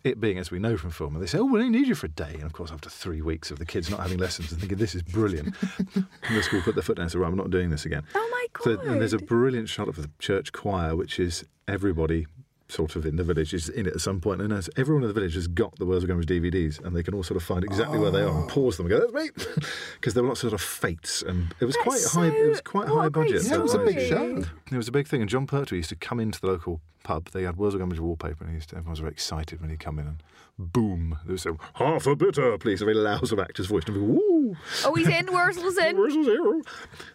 Speaker 3: It being as we know from film, and they say, "Oh, we only need you for a day." And of course, after three weeks of the kids not having lessons and thinking this is brilliant, and the school put their foot down and said, "Right, I'm not doing this again."
Speaker 2: Oh my
Speaker 3: So
Speaker 2: god.
Speaker 3: and there's a brilliant shot of the church choir, which is everybody sort of in the village is in it at some point, and as everyone in the village has got the Wurzel Gummidge DVDs, and they can all sort of find exactly where they are
Speaker 2: Oh.
Speaker 3: and pause them and go, "That's me," because there were lots of sort of fates, and it was
Speaker 2: That's
Speaker 3: quite high. It was
Speaker 2: so-
Speaker 3: quite
Speaker 2: what
Speaker 3: high
Speaker 2: a great
Speaker 3: budget.
Speaker 1: Yeah, it was a big show.
Speaker 3: It was a big thing, and John Pertwee used to come into the local pub. They had Wurzel Gummidge wallpaper, and he used to, everyone was very excited when he'd come in, and boom, there was a half a bitter, please, a very loud sort of actor's voice, and everyone, woo.
Speaker 4: Oh, he's in. Wurzel's in.
Speaker 3: Where's the zero?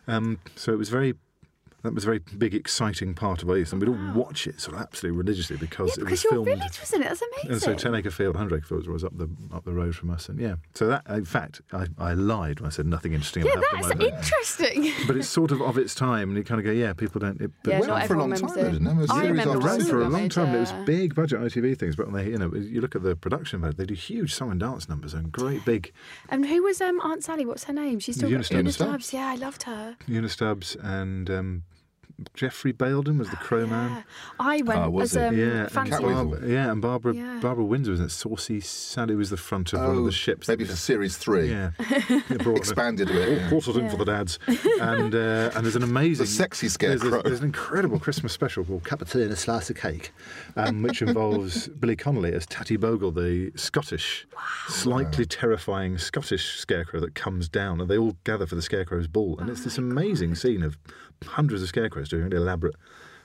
Speaker 3: Um, so it was very. That was a very big, exciting part of our youth, and we'd all watch it sort of absolutely religiously because
Speaker 2: yeah,
Speaker 3: it was
Speaker 2: because your
Speaker 3: filmed.
Speaker 2: village was in it. That's
Speaker 3: and
Speaker 2: amazing.
Speaker 3: so Ten Acre Field, Hundred Acre Field was up the up the road from us, and yeah. So that, in fact, I, I lied when I said nothing interesting
Speaker 2: yeah,
Speaker 3: happened.
Speaker 2: that's
Speaker 3: in my village.
Speaker 2: interesting.
Speaker 3: But it's sort of of its time, and you kind of go, yeah, people don't. It, but
Speaker 2: Yeah,
Speaker 1: It went
Speaker 2: not
Speaker 1: on for a long
Speaker 2: everyone
Speaker 1: time,
Speaker 2: remembers it.
Speaker 1: didn't it? It was
Speaker 2: I
Speaker 1: series
Speaker 2: remember
Speaker 3: it
Speaker 1: after
Speaker 3: ran
Speaker 2: Wurzel
Speaker 3: for a
Speaker 1: series.
Speaker 3: long
Speaker 2: Gummidge,
Speaker 3: time. and It was
Speaker 2: yeah.
Speaker 3: big budget ITV things, but when they, you know, you look at the production value, they do huge song and dance numbers and great big
Speaker 2: And who was um, Aunt Sally? What's her name? She's still
Speaker 3: Eunice
Speaker 2: got Eunice
Speaker 1: Stubbs.
Speaker 2: Stubbs. Yeah, I loved her.
Speaker 3: Eunice Stubbs and um, Jeffrey Baildon was the Crow Man.
Speaker 2: Oh, Yeah. I went
Speaker 1: Ah, was
Speaker 2: as
Speaker 1: it?
Speaker 2: um,
Speaker 3: Yeah,
Speaker 2: fancy.
Speaker 3: and
Speaker 1: Cat Weasel.
Speaker 3: Barbara, yeah, and Barbara
Speaker 2: Yeah.
Speaker 3: Barbara Windsor was in it. Saucy Sally was the front of one
Speaker 1: Oh,
Speaker 3: of the ships. that
Speaker 1: Maybe
Speaker 3: we
Speaker 1: for
Speaker 3: did.
Speaker 1: series three.
Speaker 3: yeah, They brought the-
Speaker 1: Expanded a bit. yeah.
Speaker 3: Quarters in for the dads, and uh, and there's an amazing,
Speaker 1: The sexy
Speaker 3: there's,
Speaker 1: scarecrow.
Speaker 3: there's, there's an incredible Christmas special called Cup of Tea and a Slice of Cake, um, which involves Billy Connolly as Tatty Bogle, the Scottish, slightly terrifying Scottish scarecrow that comes down, and they all gather for the scarecrow's ball, and it's this
Speaker 2: Oh
Speaker 3: amazing scene of hundreds of scarecrows doing really elaborate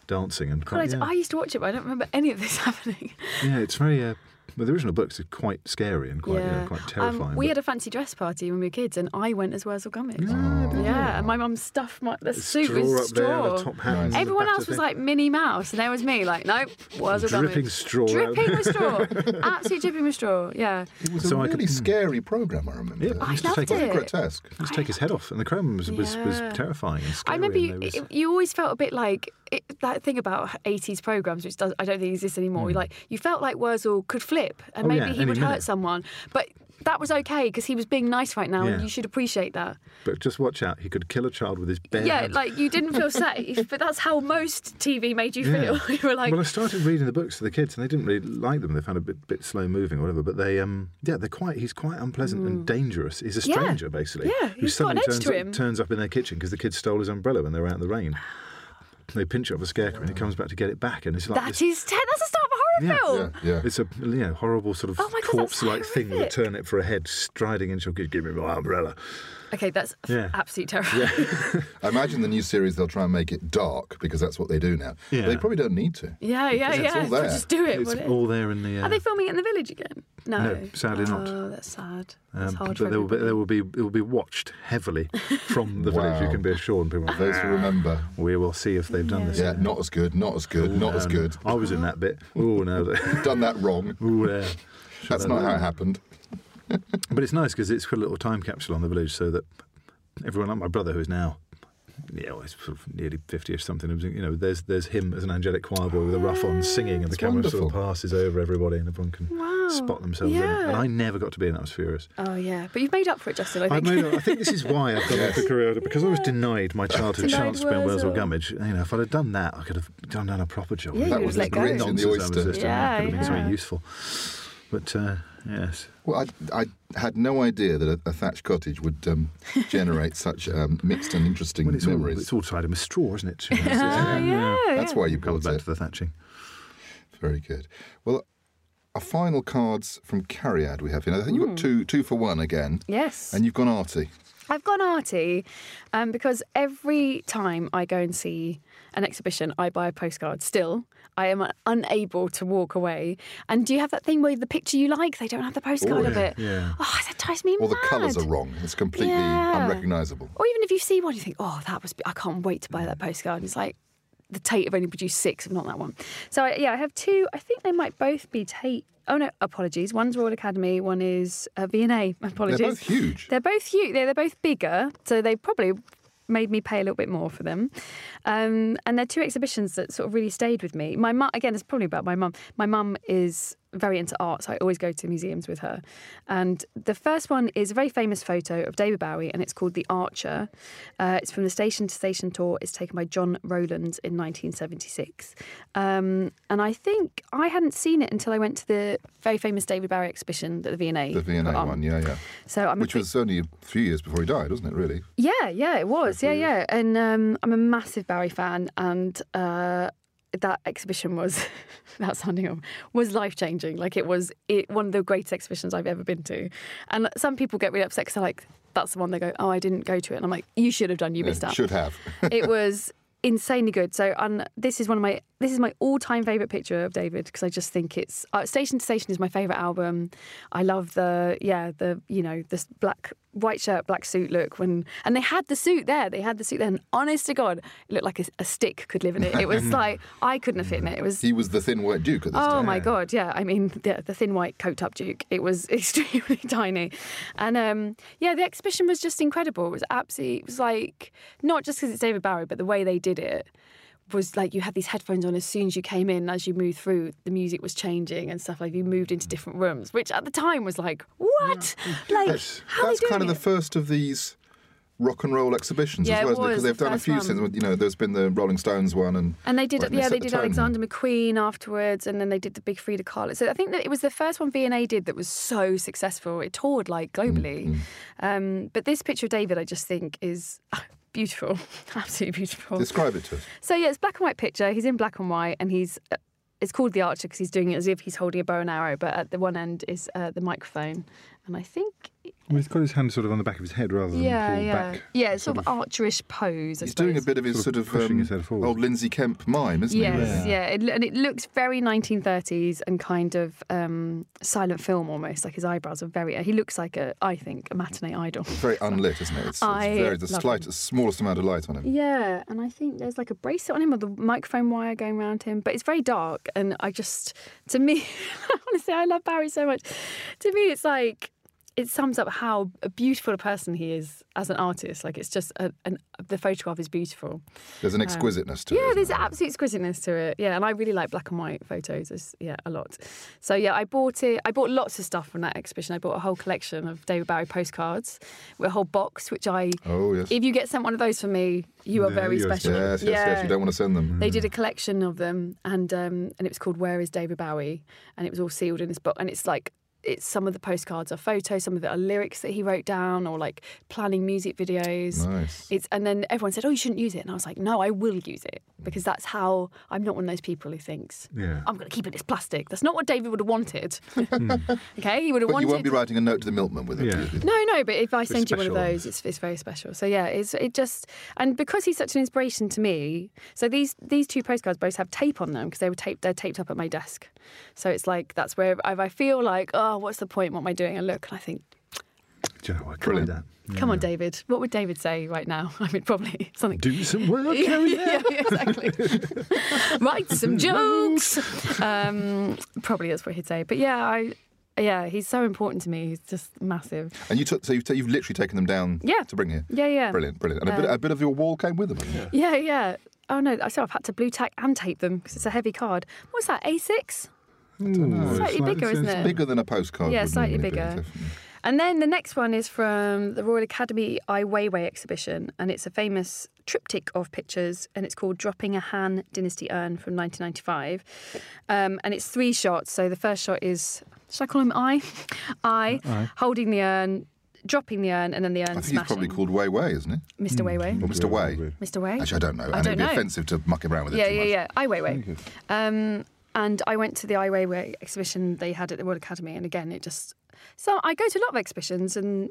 Speaker 3: dancing and
Speaker 2: God, I,
Speaker 3: quite. yeah.
Speaker 2: I used to watch it, but I don't remember any of this happening.
Speaker 3: Yeah, it's very. Uh, well, the original books are quite scary and quite, you know, quite terrifying.
Speaker 2: Um, we
Speaker 3: but
Speaker 2: had a fancy dress party when we were kids, and I went as Wurzel Gummidge.
Speaker 3: Yeah, did
Speaker 2: yeah, and my mum stuffed my the
Speaker 3: Mm. it's
Speaker 2: suit
Speaker 3: straw
Speaker 2: was
Speaker 3: up there,
Speaker 2: straw.
Speaker 3: and a top hat. and a
Speaker 2: Everyone
Speaker 3: batter
Speaker 2: else was
Speaker 3: thing.
Speaker 2: like Minnie Mouse, and there was me, like, nope, Wurzel Gummidge.
Speaker 3: Dripping straw out
Speaker 2: Dripping
Speaker 3: there.
Speaker 2: with straw. Absolutely dripping with straw, yeah.
Speaker 1: It was
Speaker 3: So
Speaker 1: a
Speaker 3: I
Speaker 1: really
Speaker 3: could-
Speaker 1: scary program, I remember.
Speaker 3: Yeah, I
Speaker 2: I
Speaker 3: used to
Speaker 2: loved
Speaker 3: take it.
Speaker 2: it.
Speaker 1: Grotesque.
Speaker 3: Just take his head off, and the chrome was, was, was
Speaker 2: Yeah.
Speaker 3: terrifying and scary.
Speaker 2: I remember you,
Speaker 3: and there was-
Speaker 2: it- you always felt a bit like it, that thing about 80s programs, which does, I don't think exists anymore. Like you felt like Wurzel could flip
Speaker 3: Mm.
Speaker 2: and
Speaker 3: Oh,
Speaker 2: maybe
Speaker 3: yeah,
Speaker 2: he
Speaker 3: any
Speaker 2: would hurt
Speaker 3: minute.
Speaker 2: someone, but that was okay because he was being nice right now, and
Speaker 3: Yeah.
Speaker 2: you should appreciate that.
Speaker 3: but just watch out, he could kill a child with his bare
Speaker 2: yeah,
Speaker 3: hand.
Speaker 2: like you didn't feel safe, but that's how most TV made you
Speaker 3: Yeah.
Speaker 2: feel. you were like,
Speaker 3: well, I started reading the books to the kids, and they didn't really like them. They found it a bit, bit slow moving or whatever. But they, um, yeah, they're quite. He's quite unpleasant and dangerous. He's a
Speaker 2: Mm. Yeah.
Speaker 3: stranger basically.
Speaker 2: Yeah,
Speaker 3: who
Speaker 2: he's got an
Speaker 3: suddenly
Speaker 2: edge
Speaker 3: turns,
Speaker 2: to him.
Speaker 3: turns up in their kitchen because the kid stole his umbrella when they were out in the rain. They pinch up a scarecrow, and he comes back to get it back, and it's like
Speaker 2: that
Speaker 3: this-
Speaker 2: is te- that's the start of a
Speaker 3: Yeah.
Speaker 2: horror film.
Speaker 1: Yeah, yeah.
Speaker 3: It's a you know, horrible sort of
Speaker 2: Oh my God, that's
Speaker 3: corpse-like thing with a
Speaker 2: horrific.
Speaker 3: turnip for a head, striding into your kid. Give me my umbrella.
Speaker 2: Okay, that's f-
Speaker 3: Yeah.
Speaker 2: absolute terrifying. Yeah.
Speaker 1: I imagine the new series they'll try and make it dark because that's what they do now.
Speaker 3: Yeah.
Speaker 1: They probably don't need to.
Speaker 2: yeah, yeah,
Speaker 1: It's all there.
Speaker 2: Just do it.
Speaker 3: It's
Speaker 2: will it?
Speaker 3: all there in the. Uh,
Speaker 2: Are they filming it in the village again? No,
Speaker 3: No, sadly not.
Speaker 2: Oh, that's sad. That's
Speaker 3: um,
Speaker 2: hard
Speaker 3: but
Speaker 2: for
Speaker 3: there will, be,
Speaker 2: everybody.
Speaker 3: there will be it will be watched heavily from the village. You
Speaker 1: Wow.
Speaker 3: can be assured. People will go,
Speaker 1: Those who remember.
Speaker 3: we will see if they've done this.
Speaker 1: Yeah, not as good, not as good, not as
Speaker 3: Um,
Speaker 1: good.
Speaker 3: I was in that bit. Oh no.
Speaker 1: Done that wrong.
Speaker 3: Ooh, yeah.
Speaker 1: That's not how it happened.
Speaker 3: But it's nice because it's got a little time capsule on the village, so that everyone, like my brother, who is now yeah, well, it's sort of nearly fifty or something. It was, You know, there's there's him as an angelic choir boy with a ruff on singing, and the
Speaker 1: That's
Speaker 3: camera sort
Speaker 1: wonderful.
Speaker 3: of passes over everybody, and everyone can
Speaker 2: Wow.
Speaker 3: spot themselves. In it.
Speaker 2: Yeah.
Speaker 3: And I never got to be in. it. I was furious.
Speaker 2: Oh yeah, but you've made up for it, Justin. I
Speaker 3: I,
Speaker 2: think.
Speaker 3: made, I think this is why I've gone off the career because I was denied my childhood
Speaker 2: Denied
Speaker 3: chance to be on Wales or
Speaker 2: Wurzel.
Speaker 3: Gummidge. You know, if I'd have done that, I could have done, done a proper job.
Speaker 2: Yeah, That you was would've the let go. Grinch
Speaker 1: in the
Speaker 3: Nonsense I was
Speaker 1: Oyster.
Speaker 3: listening to. It
Speaker 2: Yeah,
Speaker 3: could have been something
Speaker 2: yeah.
Speaker 3: useful. But uh, yes,
Speaker 1: Well, I, I had no idea that a, a thatched cottage would um, generate such um, mixed and interesting
Speaker 3: well, it's all,
Speaker 1: memories.
Speaker 3: it's all tied in with straw, isn't it?
Speaker 2: Ah, yeah,
Speaker 1: That's why you
Speaker 3: Comes
Speaker 1: bought
Speaker 3: back
Speaker 1: it.
Speaker 3: to the thatching.
Speaker 1: Very good. Well, our final cards from Carriad we have here. Now, I think you've got
Speaker 2: Hmm.
Speaker 1: two two for one again,
Speaker 2: Yes.
Speaker 1: and you've gone arty.
Speaker 2: I've gone arty um, because every time I go and see an exhibition, I buy a postcard. Still, I am uh, unable to walk away. And do you have that thing where the picture you like, they don't have the postcard of
Speaker 3: yeah,
Speaker 2: it?
Speaker 3: yeah.
Speaker 2: Oh, that drives me
Speaker 1: Or the
Speaker 2: mad.
Speaker 1: colours are wrong. It's completely
Speaker 2: Yeah.
Speaker 1: unrecognisable.
Speaker 2: Or even if you see one, you think, oh, that was, I can't wait to buy that postcard. And it's like, the Tate have only produced six, not that one. So, I- yeah, I have two. I think they might both be Tate. Oh, no, apologies. One's Royal Academy, one is uh, V&A. Apologies.
Speaker 1: They're both huge.
Speaker 2: They're both huge. They're, they're both bigger, so they probably made me pay a little bit more for them. Um, and they're two exhibitions that sort of really stayed with me. My mum, again, it's probably about my mum. My mum is very into art, so I always go to museums with her. And the first one is a very famous photo of David Bowie, and it's called The Archer. Uh, it's from the Station to Station tour. It's taken by John Rowlands in 1976. Um, and I think I hadn't seen it until I went to the very famous David Bowie exhibition that the V&A
Speaker 1: The V&A
Speaker 2: put on.
Speaker 1: one, yeah, yeah.
Speaker 2: Um, So I'm a
Speaker 1: Which
Speaker 2: big-
Speaker 1: was only a few years before he died, wasn't it, really?
Speaker 2: yeah, yeah, it was. Yeah, yeah. And um, I'm a massive Barry fan, and uh, that exhibition was that sounding off, was life changing. Like it was it, one of the greatest exhibitions I've ever been to. And some people get really upset because they're like, "That's the one." They go, "Oh, I didn't go to it," and I'm like, "You should have done. You
Speaker 1: Yeah,
Speaker 2: missed out."
Speaker 1: Should have.
Speaker 2: it was insanely good. So, and this is one of my this is my all time favorite picture of David because I just think it's uh, Station to Station is my favorite album. I love the yeah the you know this black white shirt black suit look when and they had the suit there they had the suit there and honest to god it looked like a, a stick could live in it it was like i couldn't have fit in it it was
Speaker 1: he was the thin white duke at this
Speaker 2: Oh
Speaker 1: time.
Speaker 2: my god, yeah. I mean, the, the thin white coat up Duke. It was extremely tiny, and um, yeah, the exhibition was just incredible. It was absolutely. It was like not just because it's David Bowie, but the way they did it was like you had these headphones on as soon as you came in. As you moved through, the music was changing and stuff. Like you moved
Speaker 1: Mm.
Speaker 2: into different rooms, which at the time was like what? Like
Speaker 1: That's,
Speaker 2: how are
Speaker 1: Mm. that's
Speaker 2: they doing
Speaker 1: kind of the
Speaker 2: it?
Speaker 1: first of these rock and roll exhibitions
Speaker 2: Yeah,
Speaker 1: as
Speaker 2: it
Speaker 1: well, isn't it?
Speaker 2: was
Speaker 1: Because they've
Speaker 2: the
Speaker 1: done a
Speaker 2: first
Speaker 1: few
Speaker 2: one.
Speaker 1: since, you know, there's been the Rolling Stones one and...
Speaker 2: And they did,
Speaker 1: Right, and
Speaker 2: yeah,
Speaker 1: set
Speaker 2: they
Speaker 1: the
Speaker 2: did
Speaker 1: tone.
Speaker 2: Alexander McQueen afterwards, and then they did the big Frida Kahlo. So I think that it was the first one V and A did that was so successful. It toured like globally.
Speaker 1: Mm,
Speaker 2: Um, but this picture of David, I just think is ah, beautiful, absolutely beautiful.
Speaker 1: Describe it to us.
Speaker 2: So yeah, it's black and white picture. He's in black and white, and he's uh, it's called the Archer because he's doing it as if he's holding a bow and arrow, but at the one end is uh, the microphone, and I think
Speaker 3: Well, he's got his hand sort of on the back of his head rather than
Speaker 2: yeah,
Speaker 3: pulled
Speaker 2: yeah,
Speaker 3: back.
Speaker 2: yeah, it's sort, of, archerish pose. I
Speaker 1: He's doing a
Speaker 2: suppose.
Speaker 1: bit of his
Speaker 3: Sort
Speaker 1: sort
Speaker 3: of
Speaker 1: of,
Speaker 3: pushing
Speaker 1: um,
Speaker 3: his head forward.
Speaker 1: old Lindsay Kemp mime, isn't he? really?
Speaker 2: Yes, yeah, it, lo- and it looks very 1930s and kind of um, silent film almost. Like his eyebrows are very. He looks like a, I think, a matinee idol.
Speaker 1: Very unlit, isn't it? It's, it's
Speaker 2: I
Speaker 1: very the
Speaker 2: love
Speaker 1: slightest, smallest amount of light on him.
Speaker 2: Yeah, and I think there's like a bracelet on him or the microphone wire going around him, but it's very dark. And I just, to me, honestly, I love Barry so much. To me, it's like it sums up how beautiful a person he is as an artist. Like it's just a, an, the photograph is beautiful.
Speaker 1: There's an exquisiteness to it.
Speaker 2: Yeah,
Speaker 1: isn't
Speaker 2: there's
Speaker 1: there?
Speaker 2: absolute exquisiteness to it. Yeah, and I really like black and white photos. It's- yeah, a lot. So yeah, I bought it. I bought lots of stuff from that exhibition. I bought a whole collection of David Bowie postcards, with a whole box. Which I,
Speaker 1: Oh, yes.
Speaker 2: if you get sent one of those for me, you are
Speaker 3: Yeah,
Speaker 2: very
Speaker 3: you're
Speaker 2: special.
Speaker 1: Yes, yes, yes. You don't want to send them.
Speaker 2: They did a collection of them, and um, and it was called "Where Is David Bowie," and it was all sealed in this book. And it's like it's some of the postcards are photos, some of it are lyrics that he wrote down, or like planning music videos.
Speaker 1: Nice.
Speaker 2: It's and then everyone said, "Oh, you shouldn't use it," and I was like, "No, I will use it because that's how I'm not one of those people who thinks
Speaker 3: Yeah.
Speaker 2: I'm going to keep it as plastic." That's not what David would have wanted. okay, he would have
Speaker 1: But
Speaker 2: wanted.
Speaker 1: you won't be writing a note to the milkman with it.
Speaker 3: Yeah.
Speaker 1: will you?
Speaker 2: No, no, but if I send you one of
Speaker 3: special.
Speaker 2: those, it's, it's very special. So yeah, it's it just and because he's such an inspiration to me. So these these two postcards both have tape on them because they were taped they're taped up at my desk. So it's like that's where I, I feel like oh, what's the point? What am I doing? I look and I think,
Speaker 3: Do you know what?
Speaker 1: Brilliant.
Speaker 3: That.
Speaker 2: come on, David, what would David say right now? I mean, probably something.
Speaker 3: Do some work.
Speaker 2: yeah, yeah, exactly. Write some jokes. Um, probably that's what he'd say. But yeah, I Yeah, he's so important to me. He's just massive.
Speaker 1: And you took so you've, t- you've literally taken them down
Speaker 2: Yeah.
Speaker 1: to bring here.
Speaker 2: Yeah, yeah.
Speaker 1: Brilliant, brilliant. And a, bit,
Speaker 2: Um,
Speaker 1: a bit of your wall came with them. didn't it?
Speaker 2: Yeah, yeah. Oh no, so I've had to blue tack and tape them because it's a heavy card. What's that? A6?
Speaker 3: Hmm,
Speaker 1: Ooh,
Speaker 2: slightly bigger, isn't
Speaker 1: it's
Speaker 2: it?
Speaker 1: Bigger than a postcard.
Speaker 2: Yeah,
Speaker 1: would
Speaker 2: slightly
Speaker 1: normally be,
Speaker 2: bigger.
Speaker 1: definitely.
Speaker 2: And then the next one is from the Royal Academy Ai Weiwei exhibition, and it's a famous triptych of pictures, and it's called Dropping a Han Dynasty Urn from 1995. Um, and it's three shots. So the first shot is, should I call him Ai? Ai, holding the urn, dropping the urn, and then the urn
Speaker 1: I think he's
Speaker 2: smashing.
Speaker 1: probably called Hmm. Wei Wei, isn't he?
Speaker 2: Mr. Weiwei.
Speaker 1: Or Mr. Wei.
Speaker 2: Mr. Wei?
Speaker 1: Actually, I don't know.
Speaker 2: I
Speaker 1: and
Speaker 2: don't
Speaker 1: it'd be
Speaker 2: know.
Speaker 1: offensive to muck around with it.
Speaker 2: Yeah,
Speaker 1: too
Speaker 2: yeah,
Speaker 1: much.
Speaker 2: yeah. Ai Weiwei. Um, and I went to the Ai Weiwei exhibition they had at the Royal Academy, and again, it just so I go to a lot of exhibitions, and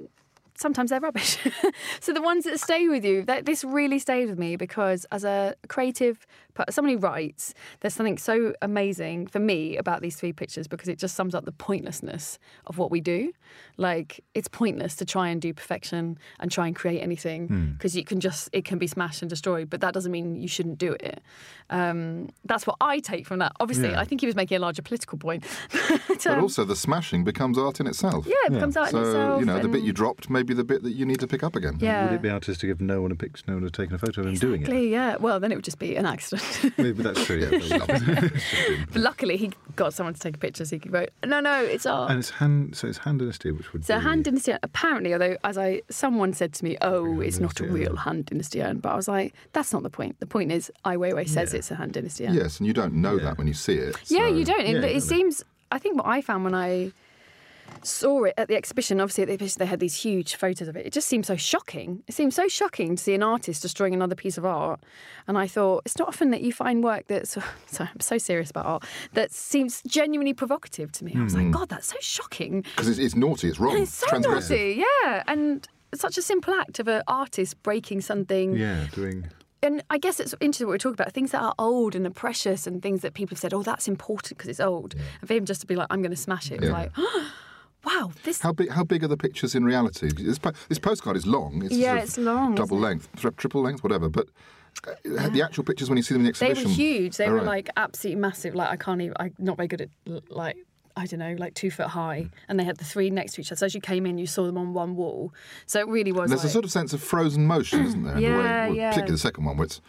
Speaker 2: sometimes they're rubbish. so the ones that stay with you, that this really stayed with me because as a creative, per- somebody writes, there's something so amazing for me about these three pictures because it just sums up the pointlessness of what we do. Like it's pointless to try and do perfection and try and create
Speaker 1: Hmm.
Speaker 2: anything because you can just it can be smashed and destroyed, but that doesn't mean you shouldn't do it. Um, that's what I take from that. Obviously,
Speaker 3: Yeah.
Speaker 2: I think he was making a larger political point. But,
Speaker 1: But
Speaker 2: um,
Speaker 1: also, the smashing becomes art in itself.
Speaker 2: yeah, it comes out
Speaker 1: So
Speaker 2: in itself.
Speaker 1: you know, the
Speaker 2: and-
Speaker 1: bit you dropped may be the bit that you need to pick up again.
Speaker 2: yeah.
Speaker 3: Would it be artistic if no one had picked, no one had taken a photo of him doing it?
Speaker 2: Exactly, yeah. Well, then it would just be an accident.
Speaker 3: Well, but that's true. yeah,
Speaker 1: Yeah,
Speaker 3: but-
Speaker 2: but luckily, he got someone to take a picture, so he wrote, "No, no, it's art."
Speaker 3: and it's Han. So it's Han Dynasty, which would
Speaker 2: so
Speaker 3: be
Speaker 2: hand dynasty urn- apparently, although as I someone said to me, "Oh, it's not a
Speaker 3: dynasty
Speaker 2: real
Speaker 3: urn.
Speaker 2: hand dynasty urn," but I was like, "That's not the point. The point is, Ai Weiwei says it's a hand dynasty urn."
Speaker 1: Yes, and you don't know that when you see it.
Speaker 2: Yeah,
Speaker 1: so-
Speaker 2: you don't. It,
Speaker 3: yeah,
Speaker 2: but it
Speaker 3: exactly.
Speaker 2: seems. I think what I found when I saw it at the exhibition, obviously at the exhibition they had these huge photos of it. It just seemed so shocking. It seemed so shocking to see an artist destroying another piece of art. And I thought it's not often that you find work that's sorry, I'm so serious about art that seems genuinely provocative to me. I was like, God, that's so shocking.
Speaker 1: Because it's, it's naughty, it's wrong.
Speaker 2: It's so
Speaker 1: transgressive.
Speaker 2: naughty, yeah. And such a simple act of an artist breaking something
Speaker 3: Yeah, doing.
Speaker 2: and I guess it's interesting what we're talking about things that are old and are precious and things that people have said, oh, that's important because it's old. And for him just to be like, I'm going to smash it, it was
Speaker 1: Yeah.
Speaker 2: like, wow, this.
Speaker 1: How big? How big are the pictures in reality? This, po- this postcard is long. It's
Speaker 2: Yeah,
Speaker 1: sort of
Speaker 2: it's long,
Speaker 1: Double length, tri- triple length, whatever. But uh, the actual pictures when you see them in the
Speaker 2: they
Speaker 1: exhibition,
Speaker 2: were huge. They
Speaker 1: All
Speaker 2: were
Speaker 1: right.
Speaker 2: like absolutely massive. Like, I can't even, I'm not very good at l- like, I don't know, like two foot high.
Speaker 1: Mm.
Speaker 2: And they had the three next to each other. So as you came in, you saw them on one wall. So it really was.
Speaker 1: And there's a
Speaker 2: like-
Speaker 1: sort of sense of frozen motion, isn't there? In a way,
Speaker 2: Yeah,
Speaker 1: well,
Speaker 2: yeah.
Speaker 1: particularly the second one, where it's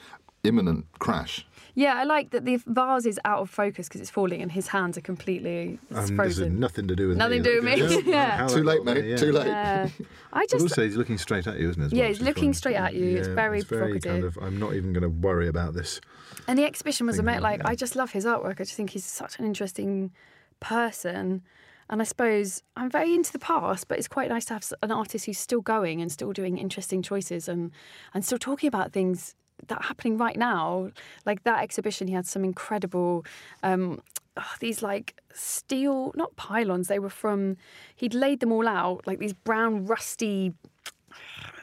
Speaker 1: imminent crash.
Speaker 2: yeah, I like that the vase is out of focus because it's falling and his hands are completely it's
Speaker 3: And um, this has
Speaker 2: frozen.
Speaker 3: nothing to do with
Speaker 2: Nothing to do with me. Yeah.
Speaker 3: How
Speaker 1: Too
Speaker 3: that
Speaker 1: late,
Speaker 3: got
Speaker 1: mate.
Speaker 3: there, yeah.
Speaker 1: Too late.
Speaker 2: Yeah. I
Speaker 3: But
Speaker 2: just.
Speaker 3: also, he's looking straight at you, isn't he? as
Speaker 2: Yeah,
Speaker 3: well,
Speaker 2: he's
Speaker 3: which is
Speaker 2: looking
Speaker 3: fun.
Speaker 2: straight at you. It's very
Speaker 3: it's very kind
Speaker 2: provocative.
Speaker 3: of. I'm not even going to worry about this.
Speaker 2: And the exhibition was
Speaker 3: Thing
Speaker 2: amazing.
Speaker 3: about
Speaker 2: Like,
Speaker 3: that.
Speaker 2: I just love his artwork. I just think he's such an interesting person. And I suppose I'm very into the past, but it's quite nice to have s- an artist who's still going and still doing interesting choices and, and still talking about things that are happening right now. Like that exhibition, he had some incredible, um, oh, these like steel, not pylons, they were from, he'd laid them all out, like these brown, rusty,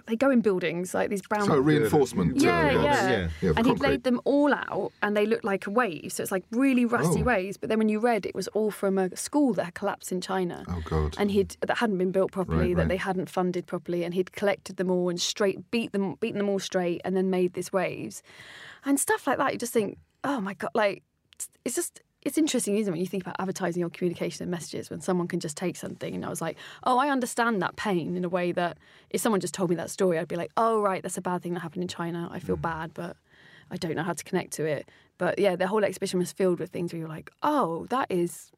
Speaker 2: they go in buildings, like these brown
Speaker 1: So reinforcement. to the
Speaker 2: yeah,
Speaker 3: Yeah,
Speaker 1: blocks.
Speaker 2: yeah.
Speaker 3: yeah.
Speaker 1: Yeah, of
Speaker 2: and
Speaker 1: concrete.
Speaker 2: he laid them all out, and they looked like a wave. So it's like really rusty
Speaker 1: Oh.
Speaker 2: waves. But then when you read, it was all from a school that had collapsed in China.
Speaker 1: Oh God.
Speaker 2: And he'd that hadn't been built properly,
Speaker 1: Right,
Speaker 2: that
Speaker 1: right.
Speaker 2: they hadn't funded properly, and he'd collected them all and straight beat them, beaten them all straight, and then made these waves, and stuff like that. You just think, oh my god, like it's just it's interesting, isn't it, when you think about advertising or communication and messages when someone can just take something and I was like, oh, I understand that pain in a way that if someone just told me that story, I'd be like, oh right, that's a bad thing that happened in China. I
Speaker 1: Mm.
Speaker 2: feel bad, but I don't know how to connect to it. But yeah, the whole exhibition was filled with things where you're like, oh, that is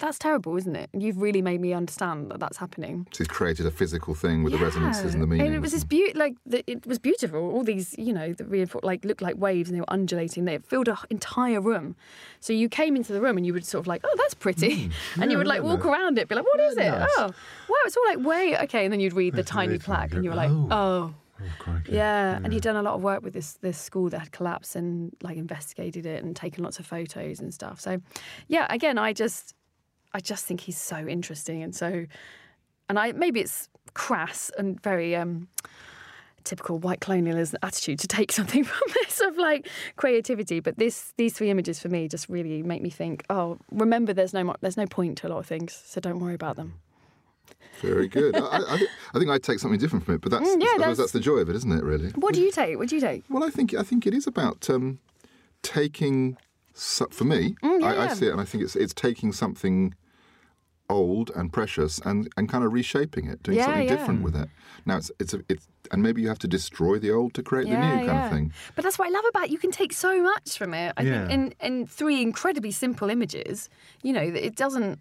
Speaker 2: that's terrible, isn't it? And you've really made me understand that that's happening.
Speaker 1: So he's created a physical thing with the
Speaker 2: Yeah.
Speaker 1: resonances and the meaning.
Speaker 2: And it was this beaut like the, it was beautiful. All these, you know, the reinfor- like looked like waves and they were undulating. They filled an entire room. So you came into the room and you would sort of like, oh, that's pretty,
Speaker 1: Hmm.
Speaker 2: and you
Speaker 3: Yeah,
Speaker 2: would like
Speaker 3: yeah,
Speaker 2: walk
Speaker 3: nice.
Speaker 2: around it, be like, what is it?
Speaker 3: nice.
Speaker 2: Oh, wow, it's all like way okay. And then you'd read the tiny
Speaker 3: read that and
Speaker 2: plaque
Speaker 3: go,
Speaker 2: and you were like,
Speaker 3: "Oh."
Speaker 2: oh.
Speaker 3: Oh, crikey.
Speaker 2: Yeah, and he'd done a lot of work with this this school that had collapsed and like investigated it and taken lots of photos and stuff. So, yeah, again, I just I just think he's so interesting and so, and I maybe it's crass and very um typical white colonialist attitude to take something from this of like creativity but this these three images for me just really make me think oh remember there's no mo- there's no point to a lot of things so don't worry about them
Speaker 1: Very good. I, I, I thi- I think I take something different from it, but that's,
Speaker 2: Mm, yeah,
Speaker 1: I suppose
Speaker 2: that's-
Speaker 1: that's the joy of it, isn't it? Really.
Speaker 2: what do you take what do you take
Speaker 1: Well, I think I think it is about um, taking so- for me.
Speaker 2: yeah,
Speaker 1: I, I
Speaker 2: Mm, yeah.
Speaker 1: see it, and I think it's it's taking something old and precious and, and kind of reshaping it, doing
Speaker 2: Yeah,
Speaker 1: something
Speaker 2: yeah.
Speaker 1: different with it. Now it's it's a, it's and maybe you have to destroy the old to create the
Speaker 2: Yeah,
Speaker 1: new kind
Speaker 2: yeah.
Speaker 1: of thing.
Speaker 2: But that's what I love about it. you can take so much from it. I
Speaker 1: Yeah.
Speaker 2: think in in three incredibly simple images, you know, it doesn't.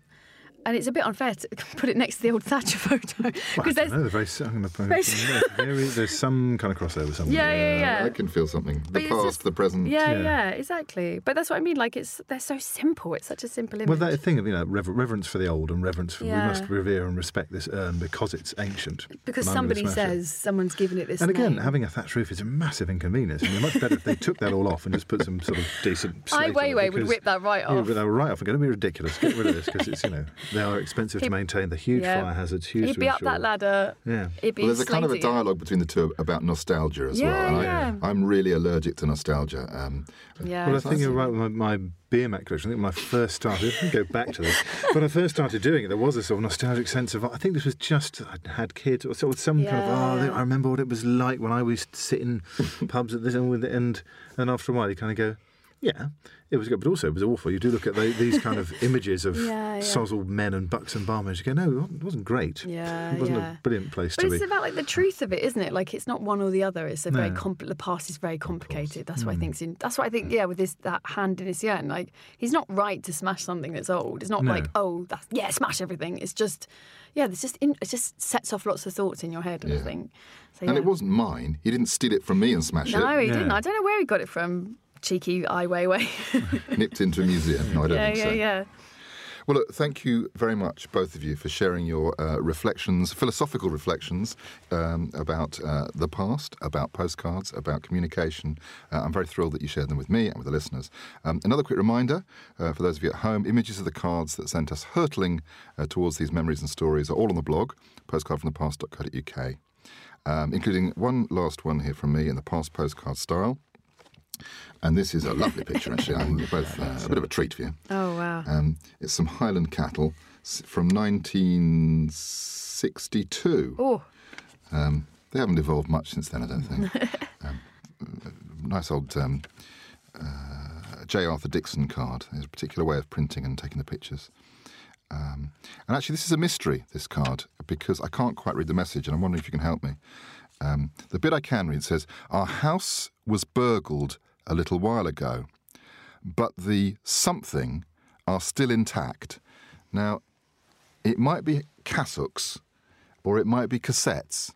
Speaker 2: And it's a bit unfair to put it next to the old Thatcher photo
Speaker 3: Well, I
Speaker 2: because
Speaker 3: don't
Speaker 2: there's
Speaker 3: know, they're very. si- I'm going to put
Speaker 2: Very
Speaker 3: it somewhere. There is- There's some kind of crossover somewhere.
Speaker 2: Yeah, yeah, yeah.
Speaker 1: I can feel something. The
Speaker 2: But it's
Speaker 1: past,
Speaker 2: just-
Speaker 1: the present.
Speaker 2: yeah, yeah, exactly. But that's what I mean. Like it's they're so simple. It's such a simple image.
Speaker 3: Well, that thing of you know rever- reverence for the old and reverence for
Speaker 2: Yeah.
Speaker 3: we must revere and respect this urn because it's ancient.
Speaker 2: because
Speaker 3: and I'm gonna
Speaker 2: somebody
Speaker 3: smash it.
Speaker 2: says someone's given it this.
Speaker 3: And again,
Speaker 2: name.
Speaker 3: having a thatched roof is a massive inconvenience. I mean, much better if they took that all off and just put some sort of decent.
Speaker 2: I
Speaker 3: slate on
Speaker 2: way
Speaker 3: it
Speaker 2: way would
Speaker 3: because-
Speaker 2: rip that right
Speaker 3: Yeah,
Speaker 2: off.
Speaker 3: but they were right off. I'm going to be ridiculous. Get rid of this because it's you know they are expensive to maintain. The huge
Speaker 2: Yeah.
Speaker 3: fire hazards, huge.
Speaker 2: He'd
Speaker 3: to
Speaker 2: be up
Speaker 3: insure.
Speaker 2: that ladder.
Speaker 3: Yeah.
Speaker 2: It'd be
Speaker 1: Well, there's a kind of a
Speaker 2: slating it.
Speaker 1: dialogue between the two about nostalgia as well.
Speaker 2: Yeah,
Speaker 1: And
Speaker 2: yeah.
Speaker 1: I, I'm really allergic to nostalgia. Um,
Speaker 2: Yeah.
Speaker 3: Well, I think you're right with my, my beer mat collection. I think when I first started, I can go back to this, when I first started doing it, there was a sort of nostalgic sense of, I think this was just, I had kids, or so, some kind of,
Speaker 2: Yeah.
Speaker 3: oh, I remember what it was like when I was sitting pubs at this, and, with- and, and after a while you kind of go, yeah, it was good, but also it was awful. You do look at tho- these kind of images of
Speaker 2: Yeah, yeah.
Speaker 3: sozzled men and bucks and barmaids, you go, no, it wasn't great.
Speaker 2: Yeah,
Speaker 3: It wasn't
Speaker 2: yeah.
Speaker 3: a brilliant place
Speaker 2: But
Speaker 3: to
Speaker 2: it's
Speaker 3: be.
Speaker 2: about like the truth of it, isn't it? Like it's not one or the other. It's a very
Speaker 3: No.
Speaker 2: compl- the past is very complicated. That's what I think's in. That's what I think. Yeah, with this that hand in his urn, like he's not right to smash something that's old. It's not
Speaker 3: No.
Speaker 2: like oh that's yeah smash everything. It's just yeah, it's just in, it just sets off lots of thoughts in your head. I
Speaker 1: Yeah.
Speaker 2: think. So,
Speaker 1: and
Speaker 2: yeah.
Speaker 1: it wasn't mine. He didn't steal it from me and smash
Speaker 2: No,
Speaker 1: it.
Speaker 2: he didn't.
Speaker 3: Yeah.
Speaker 2: I don't know where he got it from. Cheeky Ai Weiwei.
Speaker 1: Nipped into a museum. No, I don't
Speaker 2: yeah,
Speaker 1: think
Speaker 2: yeah,
Speaker 1: so.
Speaker 2: yeah.
Speaker 1: Well, look, thank you very much, both of you, for sharing your uh, reflections, philosophical reflections um, about uh, the past, about postcards, about communication. Uh, I'm very thrilled that you shared them with me and with the listeners. Um, another quick reminder uh, for those of you at home images of the cards that sent us hurtling uh, towards these memories and stories are all on the blog, postcardfromthepast.co.uk, um, including one last one here from me in the past postcard style. And this is a lovely picture, actually. I think they're both uh, a bit of a treat for you.
Speaker 2: Oh wow.
Speaker 1: Um, it's some Highland cattle s- from 1962.
Speaker 2: Oh.
Speaker 1: Um, they haven't evolved much since then, I don't think. um, uh, nice old um, uh, J. Arthur Dixon card. There's a particular way of printing and taking the pictures. Um, and actually, this is a mystery, this card, because I can't quite read the message, and I'm wondering if you can help me. Um, the bit I can read says, Our house was burgled a little while ago, but the something are still intact. Now, it might be cassocks or it might be cassettes,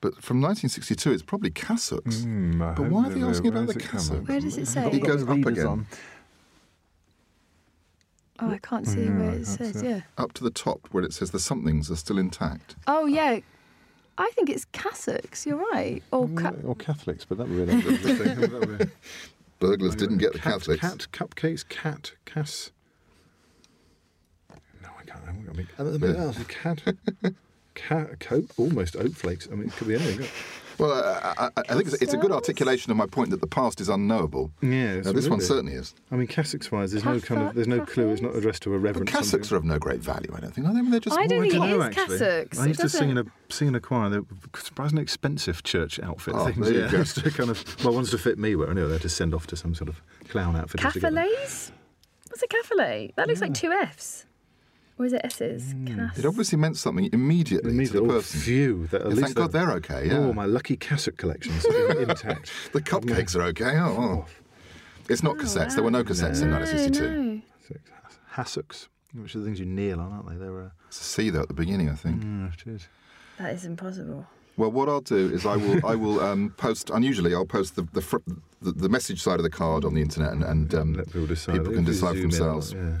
Speaker 1: but from 1962, it's probably cassocks.
Speaker 3: Hmm, I
Speaker 1: but
Speaker 3: hope
Speaker 1: why are
Speaker 3: that
Speaker 1: they
Speaker 3: we're-
Speaker 1: asking
Speaker 3: where
Speaker 1: about the
Speaker 3: is it coming
Speaker 1: cassocks?
Speaker 3: from?
Speaker 2: Where does it
Speaker 1: It
Speaker 2: say?
Speaker 1: goes up
Speaker 6: readers
Speaker 1: again,
Speaker 6: on.
Speaker 2: Oh, I can't see where it says. Yeah.
Speaker 1: up to the top where it says the somethings are still intact.
Speaker 2: Oh yeah. I think it's cassocks. You're right. Or ca-
Speaker 3: Or Catholics, but that would be another thing. That would be-
Speaker 1: Burglars didn't get the
Speaker 3: cat,
Speaker 1: Catholics.
Speaker 3: Cat, cupcakes, cat, cass. No, I can't. I haven't got a big. I don't
Speaker 1: Yeah.
Speaker 3: know else. Cat, cat, coat, almost oat flakes. I mean, it could be anything.
Speaker 1: Well, I, I, I think it's, it's a good articulation of my point that the past is unknowable.
Speaker 3: Yeah,
Speaker 1: Now,
Speaker 3: so
Speaker 1: this
Speaker 3: it
Speaker 1: one
Speaker 3: is.
Speaker 1: certainly is.
Speaker 3: I mean, cassocks wise, there's no kind of, there's no clue. It's not addressed to a
Speaker 1: But
Speaker 3: reverend.
Speaker 1: cassocks are of no great value, I don't think. Are they? They're just
Speaker 2: I don't
Speaker 1: worn
Speaker 2: think
Speaker 1: out.
Speaker 2: it is
Speaker 3: actually.
Speaker 2: cassocks.
Speaker 3: I
Speaker 2: It
Speaker 3: used to sing in a
Speaker 2: doesn't-
Speaker 3: sing in a choir. They were surprisingly expensive church outfit
Speaker 1: Oh,
Speaker 3: things.
Speaker 1: there you
Speaker 3: yeah,
Speaker 1: go.
Speaker 3: Just to kind of well, ones to fit me were anyway. They had to send off to some sort of clown outfit. just to get them.
Speaker 2: Caffelays? What's a caffelay? That looks like two F's. Or is it S's?
Speaker 3: Hmm.
Speaker 2: Cass.
Speaker 1: It obviously meant something immediately,
Speaker 3: Immediately,
Speaker 1: to the
Speaker 3: oh,
Speaker 1: person.
Speaker 3: phew, that at
Speaker 1: Yeah,
Speaker 3: least
Speaker 1: thank God they're okay, yeah.
Speaker 3: Oh, my lucky cassock collection's intact.
Speaker 1: The cupcakes are okay. Oh, oh. it's not cassettes. There were no cassettes in 1962.
Speaker 3: Hassocks, which are the things you kneel on, aren't they? They were.
Speaker 1: It's a C though at the beginning, I think.
Speaker 3: Yeah, it is.
Speaker 2: That is impossible.
Speaker 1: Well, what I'll do is I will I will um, post unusually. I'll post the the, fr- the the message side of the card on the internet, and, and um,
Speaker 3: Let people decide.
Speaker 1: people
Speaker 3: If
Speaker 1: can
Speaker 3: you
Speaker 1: decide for
Speaker 3: zoom in,
Speaker 1: themselves
Speaker 3: yeah.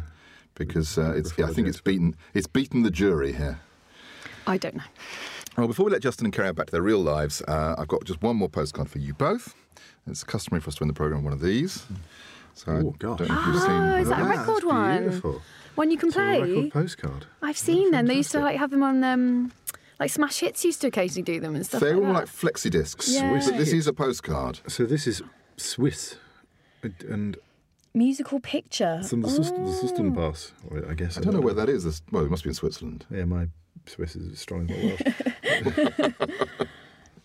Speaker 1: because uh, it's,
Speaker 3: Before
Speaker 1: I
Speaker 3: I
Speaker 1: think
Speaker 3: do
Speaker 1: it's
Speaker 3: it.
Speaker 1: beaten it's beaten the jury here.
Speaker 2: I don't know.
Speaker 1: Well, before we let Justin and Carrie back to their real lives, uh, I've got just one more postcard for you both. It's customary for us to end the program with one of these. So I
Speaker 3: Oh, gosh.
Speaker 1: don't know if you've seen.
Speaker 2: Oh, is that a
Speaker 3: Wow,
Speaker 1: those.
Speaker 2: record
Speaker 3: that's
Speaker 2: one?
Speaker 3: Beautiful.
Speaker 2: One you can
Speaker 3: It's a
Speaker 2: play.
Speaker 3: record postcard.
Speaker 2: I've seen them. They used to like have them on um, like Smash Hits used to occasionally do them and stuff.
Speaker 1: They're
Speaker 2: like
Speaker 1: all
Speaker 2: that.
Speaker 1: like flexi discs.
Speaker 2: Yeah.
Speaker 1: But this is a postcard.
Speaker 3: So this is Swiss, and- and
Speaker 2: musical picture. Oh,
Speaker 3: some the system, the system pass. I guess.
Speaker 1: Oh. I don't know where that is. This- Well, it must be in Switzerland.
Speaker 3: Yeah, my Swiss is as strong as my Welsh.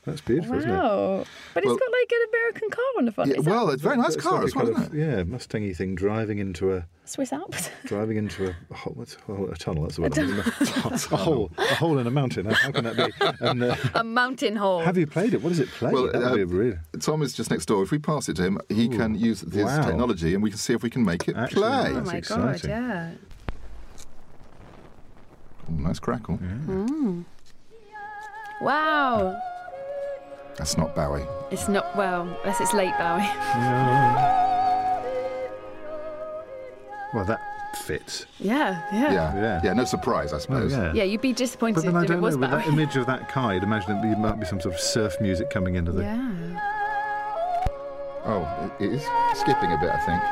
Speaker 3: That's beautiful, isn't it?
Speaker 7: Wow. But
Speaker 3: Well-
Speaker 7: it's got like an American car on the front.
Speaker 1: Yeah,
Speaker 7: Is that
Speaker 1: well, it's a very nice
Speaker 3: It's
Speaker 1: car
Speaker 3: like a
Speaker 1: as well,
Speaker 3: kind
Speaker 1: isn't
Speaker 3: of-
Speaker 1: it?
Speaker 3: Yeah, Mustangy thing driving into a
Speaker 7: Swiss Alps.
Speaker 3: driving into a hole, what's, oh, a tunnel. That's the word. I'm thinking of. a hole, a hole in a mountain. How can that be? And, uh,
Speaker 2: A mountain hall.
Speaker 3: have you played it? What does it play?
Speaker 1: Well,
Speaker 3: that
Speaker 1: uh,
Speaker 3: would be a really
Speaker 1: Tom is just next door. If we pass it to him, he can use his
Speaker 3: wow.
Speaker 1: technology and we can see if we can make it
Speaker 3: Actually,
Speaker 1: play.
Speaker 2: oh
Speaker 3: that's
Speaker 2: my god,
Speaker 3: exciting.
Speaker 2: yeah.
Speaker 1: Ooh, nice crackle.
Speaker 2: Wow.
Speaker 1: That's not Bowie.
Speaker 2: It's not, well, unless it's late Bowie.
Speaker 3: well. That fits.
Speaker 2: Yeah, yeah.
Speaker 1: Yeah. yeah.
Speaker 3: Yeah.
Speaker 1: no surprise, I
Speaker 3: Oh,
Speaker 1: suppose.
Speaker 2: Yeah, you'd be disappointed
Speaker 3: But then I
Speaker 2: if it
Speaker 3: don't
Speaker 2: was
Speaker 3: know. With
Speaker 2: Bowie.
Speaker 3: that image of that car, I'd imagine it might be some sort of surf music coming into the.
Speaker 2: yeah.
Speaker 1: Oh, it it is skipping a bit, I think.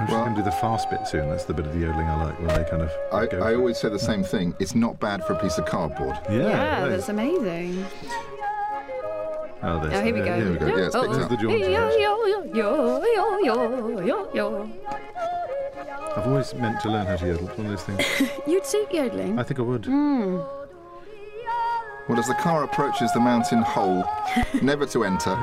Speaker 3: I'm just
Speaker 1: Well-
Speaker 3: going to do the fast bit soon. That's the bit of the yodeling I like, where they kind of.
Speaker 1: I,
Speaker 3: go
Speaker 1: I
Speaker 3: for-
Speaker 1: always say the same thing. It's not bad for a piece of cardboard.
Speaker 3: Yeah.
Speaker 2: Yeah,
Speaker 3: it
Speaker 2: that's
Speaker 3: is.
Speaker 2: amazing.
Speaker 3: Oh, there's.
Speaker 2: Oh, here we go. Oh,
Speaker 3: Here we go.
Speaker 1: Yeah, it's picked
Speaker 3: There's
Speaker 1: up.
Speaker 3: the John
Speaker 2: Yo,
Speaker 3: version.
Speaker 2: yo, yo, yo, yo, yo, yo.
Speaker 3: I've always meant to learn how to yodel. It's One of those things.
Speaker 2: You'd suit yodeling.
Speaker 3: I think I would.
Speaker 2: Mm.
Speaker 1: Well, as the car approaches the mountain hole, never to enter,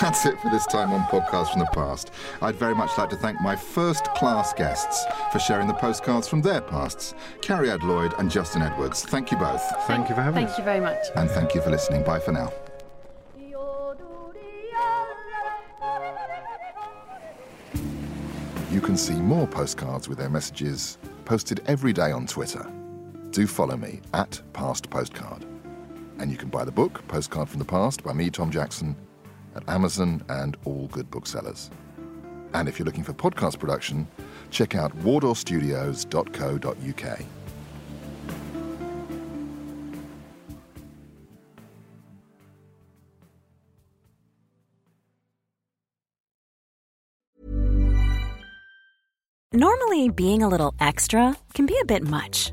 Speaker 1: that's it for this time on Podcast from the Past. I'd very much like to thank my first class guests for sharing the postcards from their pasts Carrie Ad Lloyd and Justin Edwards. Thank you both,
Speaker 3: Thank you for having
Speaker 2: Thank
Speaker 3: us.
Speaker 2: you very much.
Speaker 1: and thank you for listening. Bye for now. You can see more postcards with their messages posted every day on Twitter. Do follow me at Past Postcard. And you can buy the book, Postcard from the Past, by me, Tom Jackson, at Amazon and all good booksellers. And if you're looking for podcast production, check out wardorstudios.co.uk.
Speaker 8: Normally, being a little extra can be a bit much,